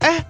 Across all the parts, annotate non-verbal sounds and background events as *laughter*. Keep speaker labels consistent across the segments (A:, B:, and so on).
A: 哎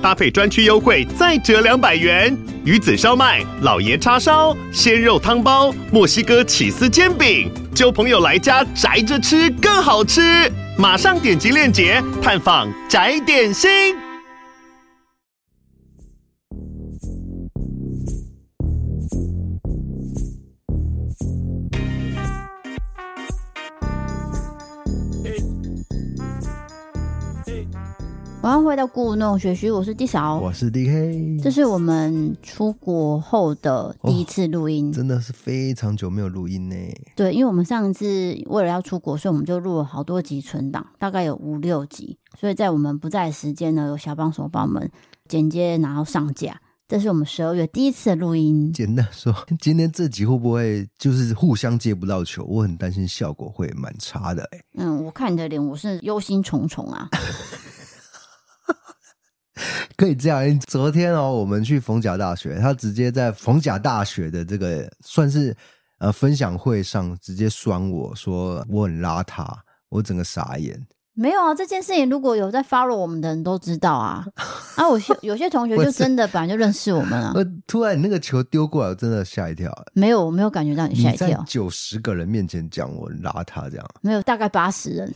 A: 搭配专区优惠再折两百元。鱼子烧麦、老爷叉烧、鲜肉汤包、墨西哥起司煎饼，就朋友来家宅着吃更好吃。马上点击链接探访宅点心。
B: 晚上回到故弄玄虚，我是地嫂，
C: 我是 DK，
B: 哦这是我们出国后的第一次录音。
C: 真的是非常久没有录音呢。
B: 对，因为我们上次为了要出国，所以我们就录了好多集存档，大概有五六集。所以在我们不在的时间呢，有小帮手帮我们剪接，然后上架。这是我们十二月第一次的录音。
C: 简单说， *laughs* 今天这集会不会就是互相接不到球？我很担心效果会蛮差的哎。
B: 嗯，我看你的脸，我是忧心忡忡啊。
C: 可以这样，因为昨天哦，我们去逢甲大学，他直接在逢甲大学的这个算是呃分享会上直接酸我说我很邋遢，我整个傻眼。
B: 没有啊，这件事情如果有在 follow 我们的人都知道
C: *laughs*
B: 啊。啊，我些有些同学
C: 我
B: 就是真的本来就认识我们啊。
C: 呃，突然你那个球丢过来，我真的吓一跳。
B: 没有，我没有感觉到你吓
C: 你
B: 一
C: 在
B: 跳。
C: 九十个人面前讲我很邋遢这样， *laughs*
B: 没有，大概八十人。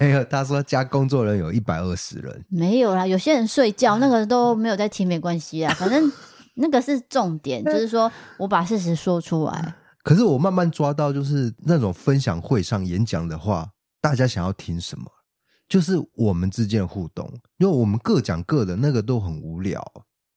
C: 没有，他说加工作人员有一百二十人，
B: 没有啦，有些人睡觉那个都没有在听，没关系啊，反正那个是重点，就是说我把事实说出来。
C: 可是我慢慢抓到，就是那种分享会上演讲的话，大家想要听什么，就是我们之间的互动，因为我们各讲各的，那个都很无聊。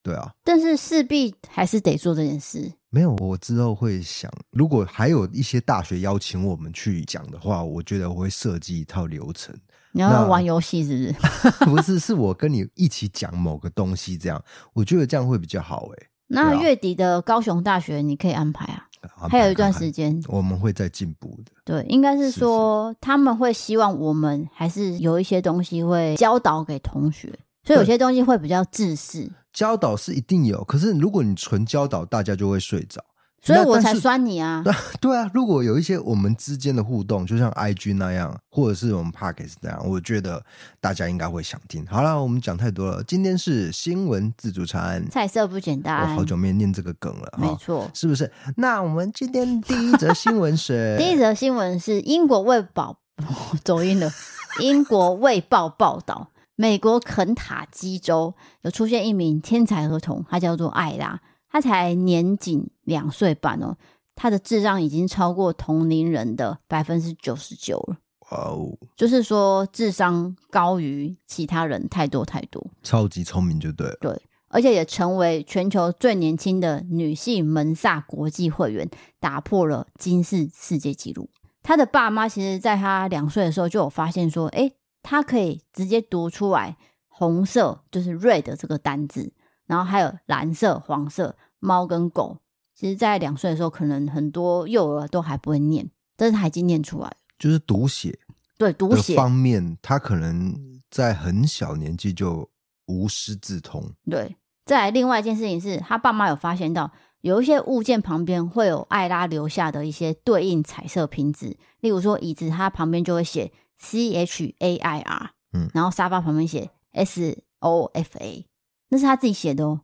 C: 对啊，
B: 但是势必还是得做这件事。
C: 没有，我之后会想，如果还有一些大学邀请我们去讲的话，我觉得我会设计一套流程， *laughs*
B: 你要
C: 那
B: 玩游戏是不是？
C: 不是是我跟你一起讲某个东西这样，我觉得这样会比较好欸诶、
B: 那月底的高雄大学你可以安排啊，
C: 欸。
B: 还有一段
C: 间，
B: 时间。
C: 我们会再进步的。
B: 对，应该是
C: 是是
B: 说他们会希望我们还是有一些东西会教导给同学，所以有
C: 对
B: 些东西会比较自私，
C: 教导是一定有，可是如果你纯教导，大家就会睡着。
B: 所以
C: 那
B: 我
C: 但
B: 才
C: 是
B: 酸你啊。
C: 对啊，如果有一些我们之间的互动，就像 IG 那样，或者是我们 Pockets 那样，我觉得大家应该会想听。好了，我们讲太多了，今天是新闻自助餐，
B: 菜色不简
C: 我
B: 单，
C: 好久没念这个梗了
B: 没
C: 哈，
B: 错。
C: 是不是？那我们今天第一则新闻
B: *laughs*
C: 是
B: 第一则新闻是英国卫报哦走音了，英国卫报报道，美国肯塔基州有出现一名天才儿童，他叫做艾拉，他才年仅两岁半哦，他的智障已经超过同龄人的百分之九十九了，
C: 哇哦，
B: 就是说智商高于其他人太多太多，
C: 超级聪明就对了，
B: 而且也成为全球最年轻的女性门萨国际会员，打破了金氏世界纪录。她的爸妈其实在她两岁的时候就有发现说，诶，她可以直接读出来红色就是 red 这个单字，然后还有蓝色、黄色、猫跟狗。其实，在两岁的时候，可能很多幼儿都还不会念，但是她已经念出来了。
C: 就是读写
B: 对，读
C: 的
B: 写
C: 方面，他可能在很小年纪就无师自通。
B: 对，再来另外一件事情是，他爸妈有发现到有一些物件旁边会有艾拉留下的一些对应彩色瓶子，例如说椅子，它旁边就会写 C H A I R，
C: 嗯
B: 然后沙发旁边写 S O F A，那是他自己写的哦，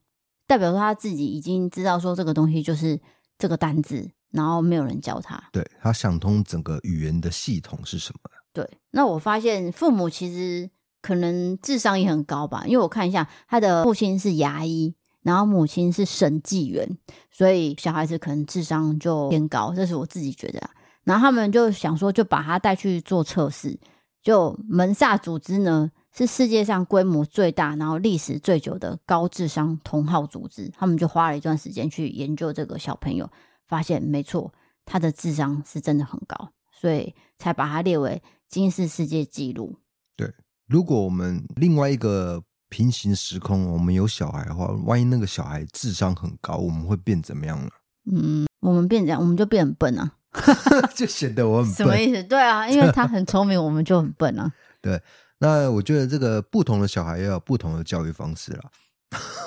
B: 代表说他自己已经知道说这个东西就是这个单字，然后没有人教他。
C: 对他想通整个语言的系统是什么？
B: 对，那我发现父母其实可能智商也很高吧，因为我看一下，他的父亲是牙医，然后母亲是审计员，所以小孩子可能智商就偏高，这是我自己觉得、啊。然后他们就想说，就把他带去做测试。就门萨组织呢，是世界上规模最大，然后历史最久的高智商同号组织。他们就花了一段时间去研究这个小朋友，发现没错，他的智商是真的很高，所以才把他列为金氏世界纪录。
C: 如果我们另外一个平行时空，我们有小孩的话，万一那个小孩智商很高，我们会变怎么样呢？ *laughs*
B: 嗯，我们变这样，我们就变很笨啊。
C: 就显得我很
B: 什么
C: 笨。
B: 意思？对啊，因为他很聪明，我们就很笨
C: *laughs*
B: 啊。
C: 那我觉得这个不同的小孩也有不同的教育方式啦。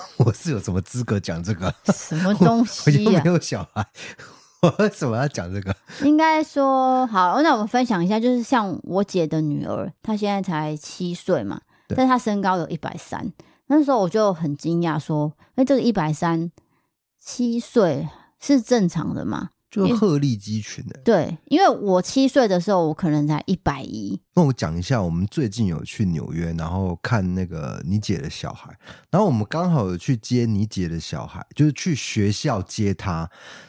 C: *laughs* 我是有什么资格讲这个？ *laughs*
B: 什么东
C: 我又
B: 西
C: 没
B: 呀、
C: 有小孩， *laughs* 我为什么要讲这个？
B: 应该说好，那我们分享一下，就是像我姐的女儿，她现在才七岁嘛，
C: 对
B: 但她身高有一百三。那时候我就很惊讶，说：“哎、这个一百三，七岁是正常的吗
C: 就鹤立鸡群的、？”
B: 对，因为我七岁的时候，我可能才一百一，
C: 那我讲一下，我们最近有去纽约，然后看那个你姐的小孩，然后我们刚好有去接你姐的小孩，就是去学校接他，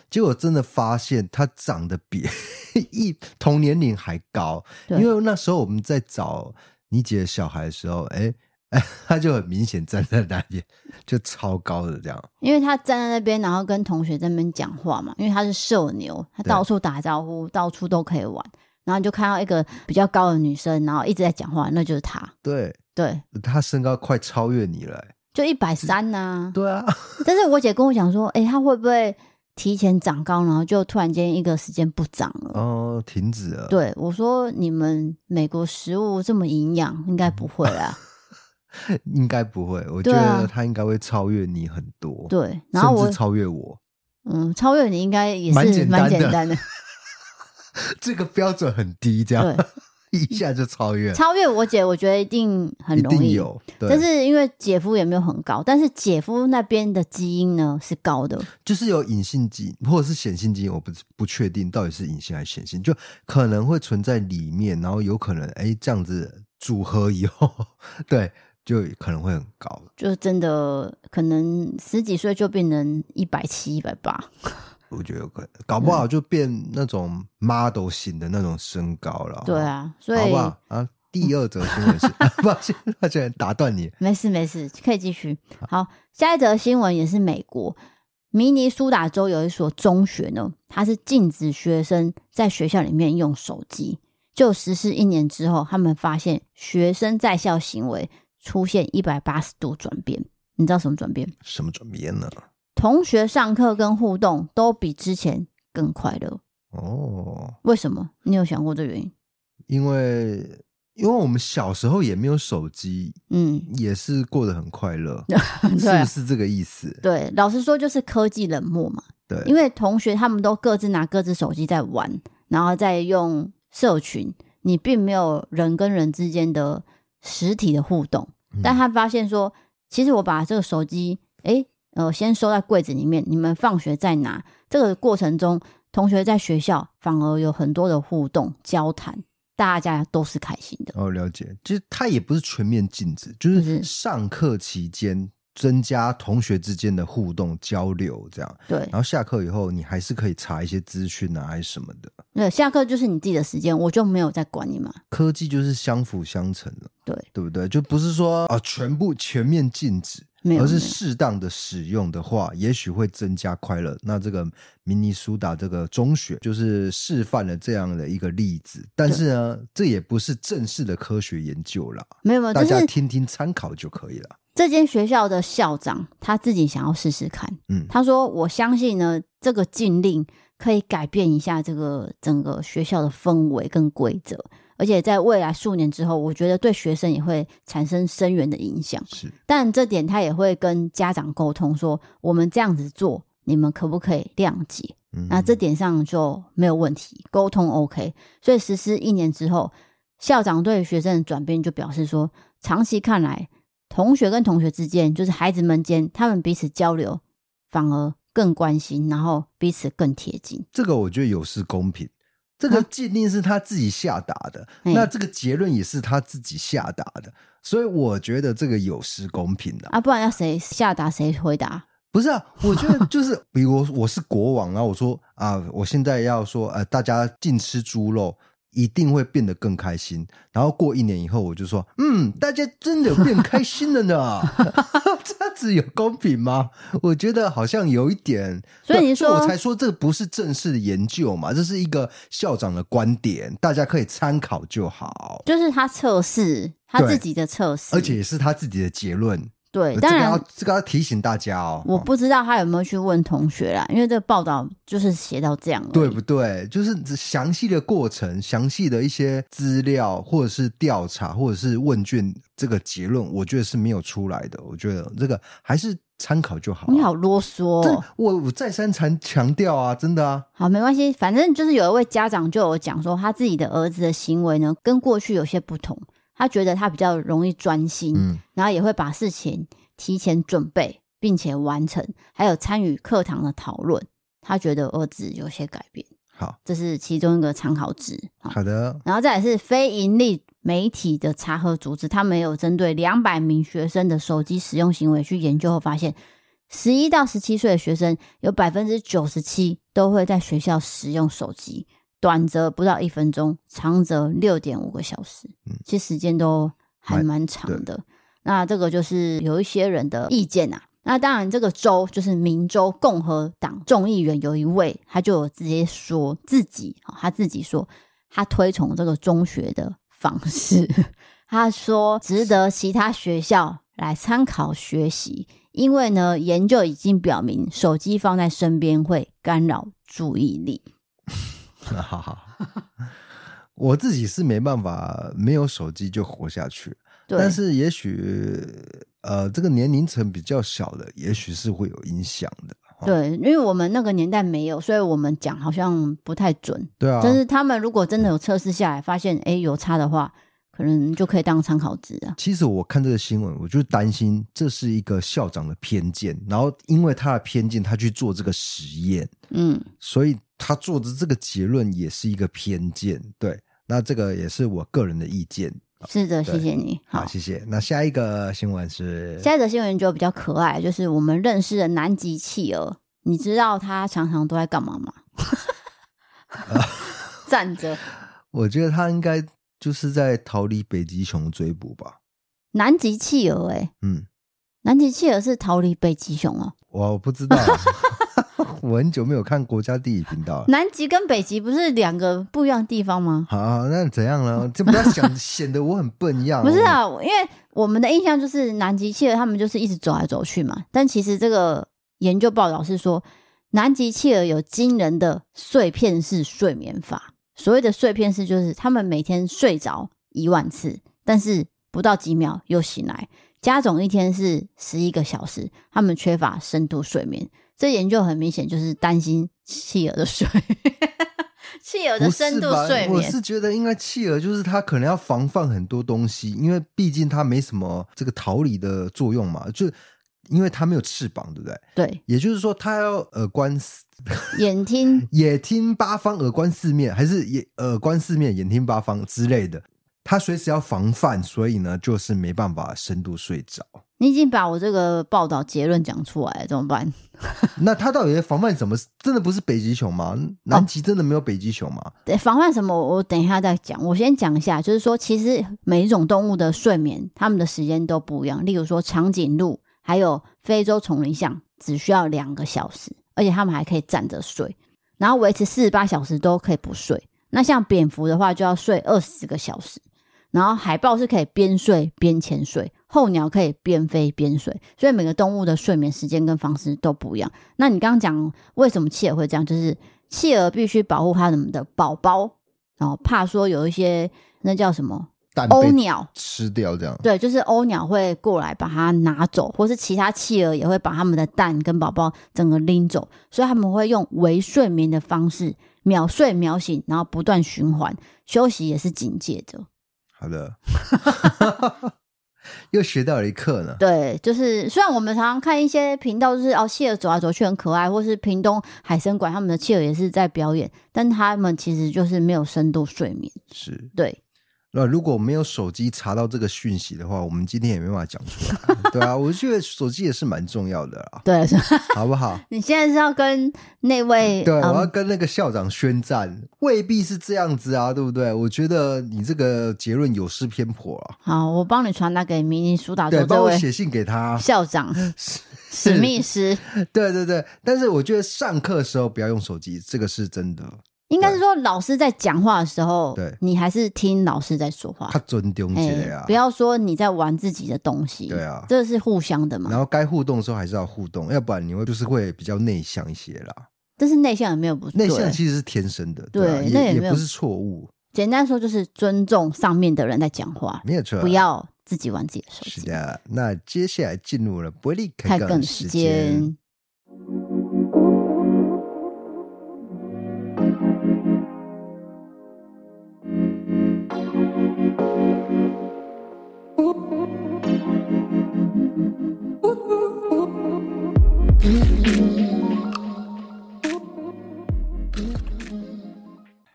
C: 结果真的发现他长得比 *laughs* 一同年龄还高，
B: 对
C: 因为那时候我们在找你姐的小孩的时候，哎、哎，他就很明显站在那边，就超高的这样，
B: 因为她站在那边，然后跟同学在那边讲话嘛，因为她是社牛，她
C: 对
B: 到处打招呼，到处都可以玩。然后你就看到一个比较高的女生，然后一直在讲话，那就是她。
C: 对
B: 对，
C: 他身高快超越你了、哎
B: 就一百三呐。
C: 对啊，
B: 但是我姐跟我讲说，哎、她会不会提前长高，然后就突然间一个时间不长了？
C: 哦，停止了，
B: 对我说，你们美国食物这么营养，应该不会啊
C: *laughs*
B: 啦。
C: 应该不会，我觉
B: 对啊
C: 得他应该会超越你很多，
B: 对，然后我
C: 甚至超越我， *laughs*
B: 嗯，超越你应该也
C: 蛮
B: 是
C: 简
B: 蛮
C: 单的
B: 简
C: *laughs*
B: 单的，
C: 这个标准很低，这样 *laughs* 一下就超越，
B: 超越我姐，我觉得一定很
C: 一
B: 容
C: 定
B: 易。
C: 有。对，
B: 但是因为姐夫也没有很高，但是姐夫那边的基因呢是高的，
C: 就是有隐性基因或者是显性基因，我不不确定到底是隐性还是显性，就可能会存在里面，然后有可能哎这样子组合以后， *laughs* 对，就可能会很高。
B: 就真的可能十几岁就变成一百七、一百八。
C: 我觉得有可能，搞
B: 嗯
C: 不好就变那种 model 型的那种身高了。
B: 对，啊，所
C: 哦好
B: 以
C: 不好啊？第二则新闻是， *laughs* 抱歉，抱歉，打断你。
B: 没事没事，可以继续。好，下一则新闻也是美国明尼苏达州有一所中学呢，它是禁止学生在学校里面用手机。就实施一年之后，他们发现学生在校行为出现一百八十度转变。你知道什么转变？
C: 什么转变呢？
B: 同学上课跟互动都比之前更快乐。
C: 哦，
B: 为什么？你有想过这原因？
C: 因为因为我们小时候也没有手机，
B: 嗯，
C: 也是过得很快
B: *laughs*
C: 乐，
B: 对
C: 是
B: 啊
C: 不是这个意思？
B: 对，老实说就是科技冷漠嘛。
C: 对，
B: 因为同学他们都各自拿各自手机在玩，然后再用社群，你并没有人跟人之间的实体的互动。
C: 嗯
B: 但他发现说，其实我把这个手机，诶，呃，先收在柜子里面，你们放学再拿。这个过程中，同学在学校反而有很多的互动交谈，大家都是开心的。
C: 哦，了解，其实它也不是全面禁止，就
B: 不是
C: 是上课期间增加同学之间的互动交流，这样，
B: 对
C: 然，后下课以后你还是可以查一些资讯啊，还是什么的。
B: 对，下课就是你自己的时间，我就没有在管你嘛。
C: 科技就是相辅相成的，
B: 对
C: 对不对？就不是说啊全部全面禁止，
B: 没有
C: 而是
B: 没有
C: 适当的使用的话，也许会增加快乐。那这个明尼苏达这个中学就是示范了这样的一个例子，但是呢，这也不是正式的科学研究啦，
B: 没有没有，
C: 大
B: 哦就
C: 家
B: 是
C: 听听参考就可以了。
B: 这间学校的校长他自己想要试试看，
C: 嗯
B: 他说我相信呢，这个禁令可以改变一下这个整个学校的氛围跟规则，而且在未来数年之后，我觉得对学生也会产生深远的影响。
C: 是
B: 但这点他也会跟家长沟通说，我们这样子做，你们可不可以谅解？
C: 嗯
B: 啊那这点上就没有问题，沟通 OK。所以实施一年之后，校长对学生的转变就表示说，长期看来，同学跟同学之间，就是孩子们间，他们彼此交流反而更关心，然后彼此更贴近。
C: 这个我觉得有失公平。这
B: 啊
C: 个禁令是他自己下达的，
B: 嗯
C: 那这个结论也是他自己下达的，所以我觉得这个有失公平的、
B: 啊，不然要谁下达谁回答？
C: 不是啊，我觉得就是， *laughs* 比如我我是国王，然后我说啊，我现在要说，呃，大家禁吃猪肉，一定会变得更开心。然后过一年以后，我就说，嗯，大家真的变开心
B: *laughs*
C: 了呢， *laughs* 这样子有公平吗？我觉得好像有一点，
B: 所以
C: 对
B: 你说
C: 我才说这不是正式的研究嘛，这是一个校长的观点，大家可以参考就好，
B: 就是他测试他
C: 对
B: 自己的测试，
C: 而且也是他自己的结论，呃
B: 对，
C: 这
B: 当
C: 个
B: 然
C: 要这个要提醒大家哦，
B: 我
C: 哦
B: 不知道他有没有去问同学啦，因为这个报道就是写到这样而已
C: 对不对？就是详细的过程、详细的一些资料，或者是调查，或者是问卷，这个结论，我觉得是没有出来的。我觉得这个还是参考就好啊、
B: 你好啰嗦、
C: 这
B: 哦。
C: 我我再三强强调啊，真的啊，
B: 好，没关系，反正就是有一位家长就有讲说，他自己的儿子的行为呢，跟过去有些不同。他觉得他比较容易专心，
C: 嗯
B: 然后也会把事情提前准备，并且完成，还有参与课堂的讨论。他觉得儿子有些改变，
C: 好
B: 这是其中一个参考值。好
C: 好的， *laughs*
B: 然后再来是非盈利媒体的查核组织，他们有针对两百名学生的手机使用行为去研究后发现，十一到十七岁的学生有百分之九十七都会在学校使用手机，短则不到一分钟，长则六点五个小时
C: 嗯，
B: 其实时间都还蛮长的。那这个就是有一些人的意见啊。那当然，这个州就是明州共和党众议员有一位，他就有直接说自己，哦他自己说他推崇这个中学的方式。 *laughs* 他说，值得其他学校来参考学习，因为呢，研究已经表明，手机放在身边会干扰注意力。
C: 好好好。我自己是没办法没有手机就活下去，
B: 对，
C: 但是也许呃，这个年龄层比较小的，也许是会有影响的。哦
B: 对，因为我们那个年代没有，所以我们讲好像不太准。
C: 对啊，
B: 但是他们如果真的有测试下来，发现诶有差的话，可能就可以当参考值啊。
C: 其实我看这个新闻，我就担心这是一个校长的偏见，然后因为他的偏见，他去做这个实验，
B: 嗯，
C: 所以他做的这个结论也是一个偏见。对，那这个也是我个人的意见。
B: 是的，
C: 对
B: 谢谢你。
C: 好，谢谢。那下一个新闻是，
B: 下一则新闻就比较可爱，就是我们认识的南极企鹅，你知道它常常都在干
C: *laughs*
B: 嘛吗？站着。
C: 我觉得他应该就是在逃离北极熊追捕吧。
B: 南极企鹅、欸，
C: 嗯，
B: 南极企鹅是逃离北极熊哦。
C: 我不
B: *laughs*
C: 知道，我很久没有看国家地理频道了。
B: 南极跟北极不是两个不一样的地方吗？
C: 好好，那怎样呢？这不要想 *laughs* 显得我很笨一样。哦
B: 不是啊，因为我们的印象就是南极企鹅它们就是一直走来走去嘛，但其实这个研究报道是说，南极企鹅有惊人的碎片式睡眠法。所谓的碎片式就是它们每天睡着一万次，但是不到几秒又醒来，加总一天是十一个小时，它们缺乏深度睡眠。这研究很明显就是担心企鹅的睡， *laughs* 企鹅的
C: 不是
B: 深度
C: 吧
B: 睡
C: 我
B: 眠
C: 是觉得应该企鹅就是它可能要防范很多东西，因为毕竟它没什么这个逃离的作用嘛，就因为它没有翅膀，对不对？
B: 对
C: 也就是说，它要耳观四
B: 眼听
C: 也听八方，耳观四面，还是也耳观四面，眼听八方之类的。它随时要防范，所以呢，就是没办法深度睡着。
B: 你已经把我这个报道结论讲出来了，怎么办？
C: 那它到底在防范什么？真的不是北极熊吗？
B: 哦
C: 南极真的没有北极熊吗？
B: 对防范什么？我等一下再讲。我先讲一下，就是说，其实每一种动物的睡眠，它们的时间都不一样。例如说，长颈鹿还有非洲丛林象只需要两个小时，而且它们还可以站着睡，然后维持四十八小时都可以不睡。那像蝙蝠的话，就要睡二十个小时。然后海豹是可以边睡边潜水，候鸟可以边飞边睡，所以每个动物的睡眠时间跟方式都不一样。那你刚刚讲为什么企鹅会这样，就是企鹅必须保护它们的宝宝，然后怕说有一些那叫什么
C: 蛋
B: 鸥
C: 被
B: 鸟，
C: 吃掉这样。
B: 对，就是鸥鸟会过来把它拿走，或是其他企鹅也会把它们的蛋跟宝宝整个拎走，所以他们会用微睡眠的方式秒睡秒醒，然后不断循环，休息也是警戒着。
C: 好的， *laughs* 又学到了一课呢。
B: 对，就是虽然我们常常看一些频道，就是哦，企鹅走来走去很可爱，或是屏东海参馆他们的企鹅也是在表演，但他们其实就是没有深度睡眠。
C: 是，
B: 对，
C: 那如果没有手机查到这个讯息的话，我们今天也没办法讲出 *laughs* 来，对啊，我觉得手机也是蛮重要的啦，
B: 对，
C: 好不 *laughs* 好？
B: 你现在是要跟那位
C: 对，我要
B: 嗯，
C: 跟那个校长宣战，未必是这样子啊，对不对？我觉得你这个结论有失偏颇啊。
B: 好，我帮你传达给迷你苏打
C: 对，
B: 州
C: 帮
B: 这
C: 我
B: 位
C: 写啊信给他。
B: 校
C: *laughs*
B: 长史密斯。
C: 对对对，但是我觉得上课的时候不要用手机，这个是真的。
B: 应该是说老师在讲话的时候，
C: 对
B: 你还是听老师在说话
C: 他，尊重
B: 哎
C: 起来啊
B: 不。要说你在玩自己的东西，
C: 对啊
B: 这是互相的嘛
C: 然。后该互动的时候还是要互动，要不然你会就是会比较内向一些啦。
B: 但是内向也没有不
C: 内
B: 对，
C: 向其实是天生的，啊
B: 对那也没
C: 也也
B: 有
C: 不是错误，
B: 简单说就是尊重上面的人在讲话，
C: 没有错。
B: 不要自己玩自己的手
C: 是
B: 机，
C: 的，那接下来进入了伯利
B: 太
C: 开
B: 更
C: 杠
B: 时
C: 时间。
B: 间。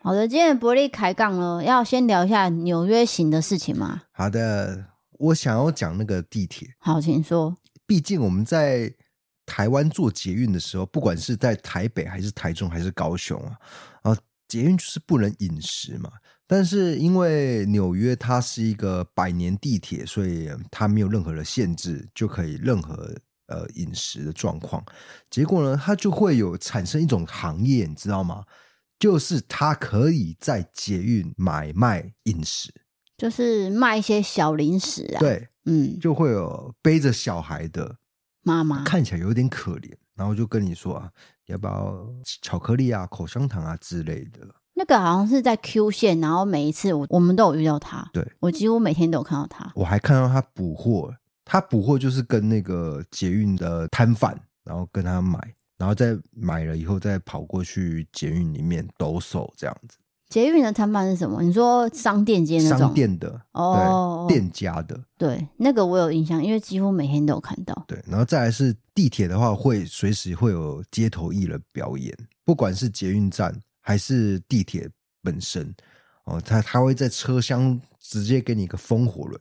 B: 好的，今天的伯利开杠呢，要先聊一下纽约行的事情嘛。
C: 好的，我想要讲那个地铁，
B: 好，请说。
C: 毕竟我们在台湾做捷运的时候，不管是在台北还是台中还是高雄啊，啊，捷运就是不能饮食嘛。但是因为纽约它是一个百年地铁，所以它没有任何的限制，就可以任何呃饮食的状况。结果呢，它就会有产生一种行业，你知道吗？就是它可以在捷运买卖饮食，
B: 就是卖一些小零食啊，，
C: 对，
B: 嗯，
C: 就会有背着小孩的，
B: 妈妈，
C: 看起来有点可怜，然后就跟你说啊，要不要巧克力啊、口香糖啊之类的。
B: 那个好像是在 Q 线，然后每一次我我们都有遇到他，
C: 对
B: 我几乎每天都有看到他，
C: 我还看到他补货，他补货就是跟那个捷运的摊贩，然后跟他买，然后再买了以后再跑过去捷运里面兜售这样子，
B: 捷运的摊贩是什么？你说商店街那种？
C: 商店的
B: 哦
C: 对，店家的
B: 对，那个我有印象，因为几乎每天都有看到。
C: 对，然后再来是地铁的话，会随时会有街头艺人表演，不管是捷运站还是地铁本身，哦，他他会在车厢直接给你一个风火轮。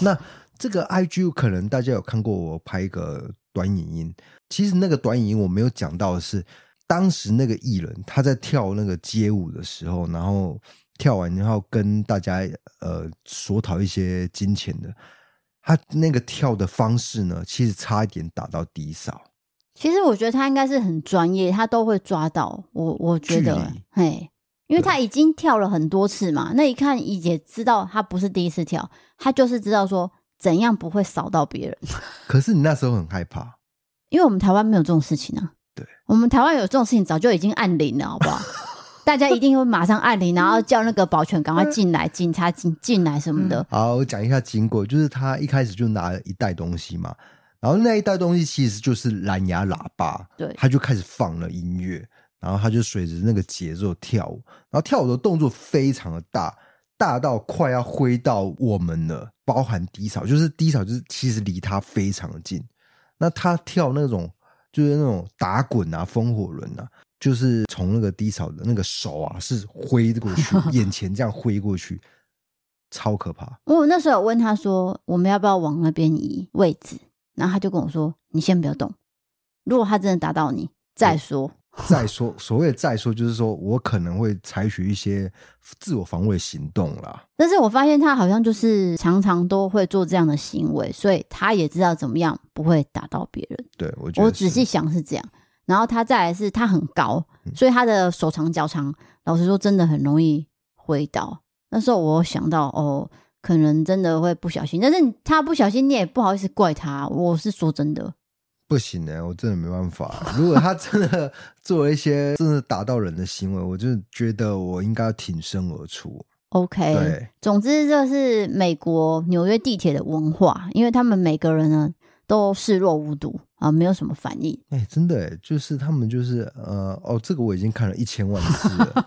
C: 那这个 IG 可能大家有看过我拍一个短影音，其实那个短影音我没有讲到的是，当时那个艺人他在跳那个街舞的时候，然后跳完然后跟大家呃索讨一些金钱的，他那个跳的方式呢，其实差一点打到低扫。
B: 其实我觉得他应该是很专业，他都会抓到我，我觉
C: 距
B: 得
C: 离，
B: 嘿，因为他已经跳了很多次嘛，那一看也知道他不是第一次跳，他就是知道说怎样不会扫到别人。
C: 可是你那时候很害怕，
B: 因为我们台湾没有这种事情啊。
C: 对，
B: 我们台湾有这种事情早就已经按铃了，好 *laughs* 不好？大家一定会马上按铃，然后叫那个保全赶快进来，警察进进来什么的。
C: 好，我讲一下经过，就是他一开始就拿了一袋东西嘛，然后那一袋东西其实就是蓝牙喇叭，
B: 对
C: 他就开始放了音乐，然后他就随着那个节奏跳舞，然后跳舞的动作非常的大，大到快要挥到我们了，包含低潮，就是低潮就是其实离他非常的近，那他跳那种就是那种打滚啊、风火轮啊。就是从那个低潮的那个手啊，是挥过去，眼前这样挥过去，超可怕。
B: 我那时候有问他说，我们要不要往那边移位置？然后他就跟我说，你先不要动，如果他真的打到你再说。
C: 再说，所谓的再说，就是说我可能会采取一些自我防卫行动啦。
B: 但是我发现他好像就是常常都会做这样的行为，所以他也知道怎么样不会打到别人。
C: 对我觉得
B: 我
C: 是，嗯
B: 仔细想是这样，然后他再来是他很高，所以他的手长脚长，老实说真的很容易挥倒。那时候我有想到哦，可能真的会不小心，但是他不小心你也不好意思怪他，我是说真的，
C: 不行呢、我真的没办法。如果他真的做了一些真的打到人的行为，我就觉得我应该要挺身而出。
B: OK，
C: 对
B: 总之这是美国纽约地铁的文化，因为他们每个人呢都视若无睹啊、没有什么反应。
C: 哎、真的、欸，就是他们就是呃，哦，这个我已经看了一千万次了，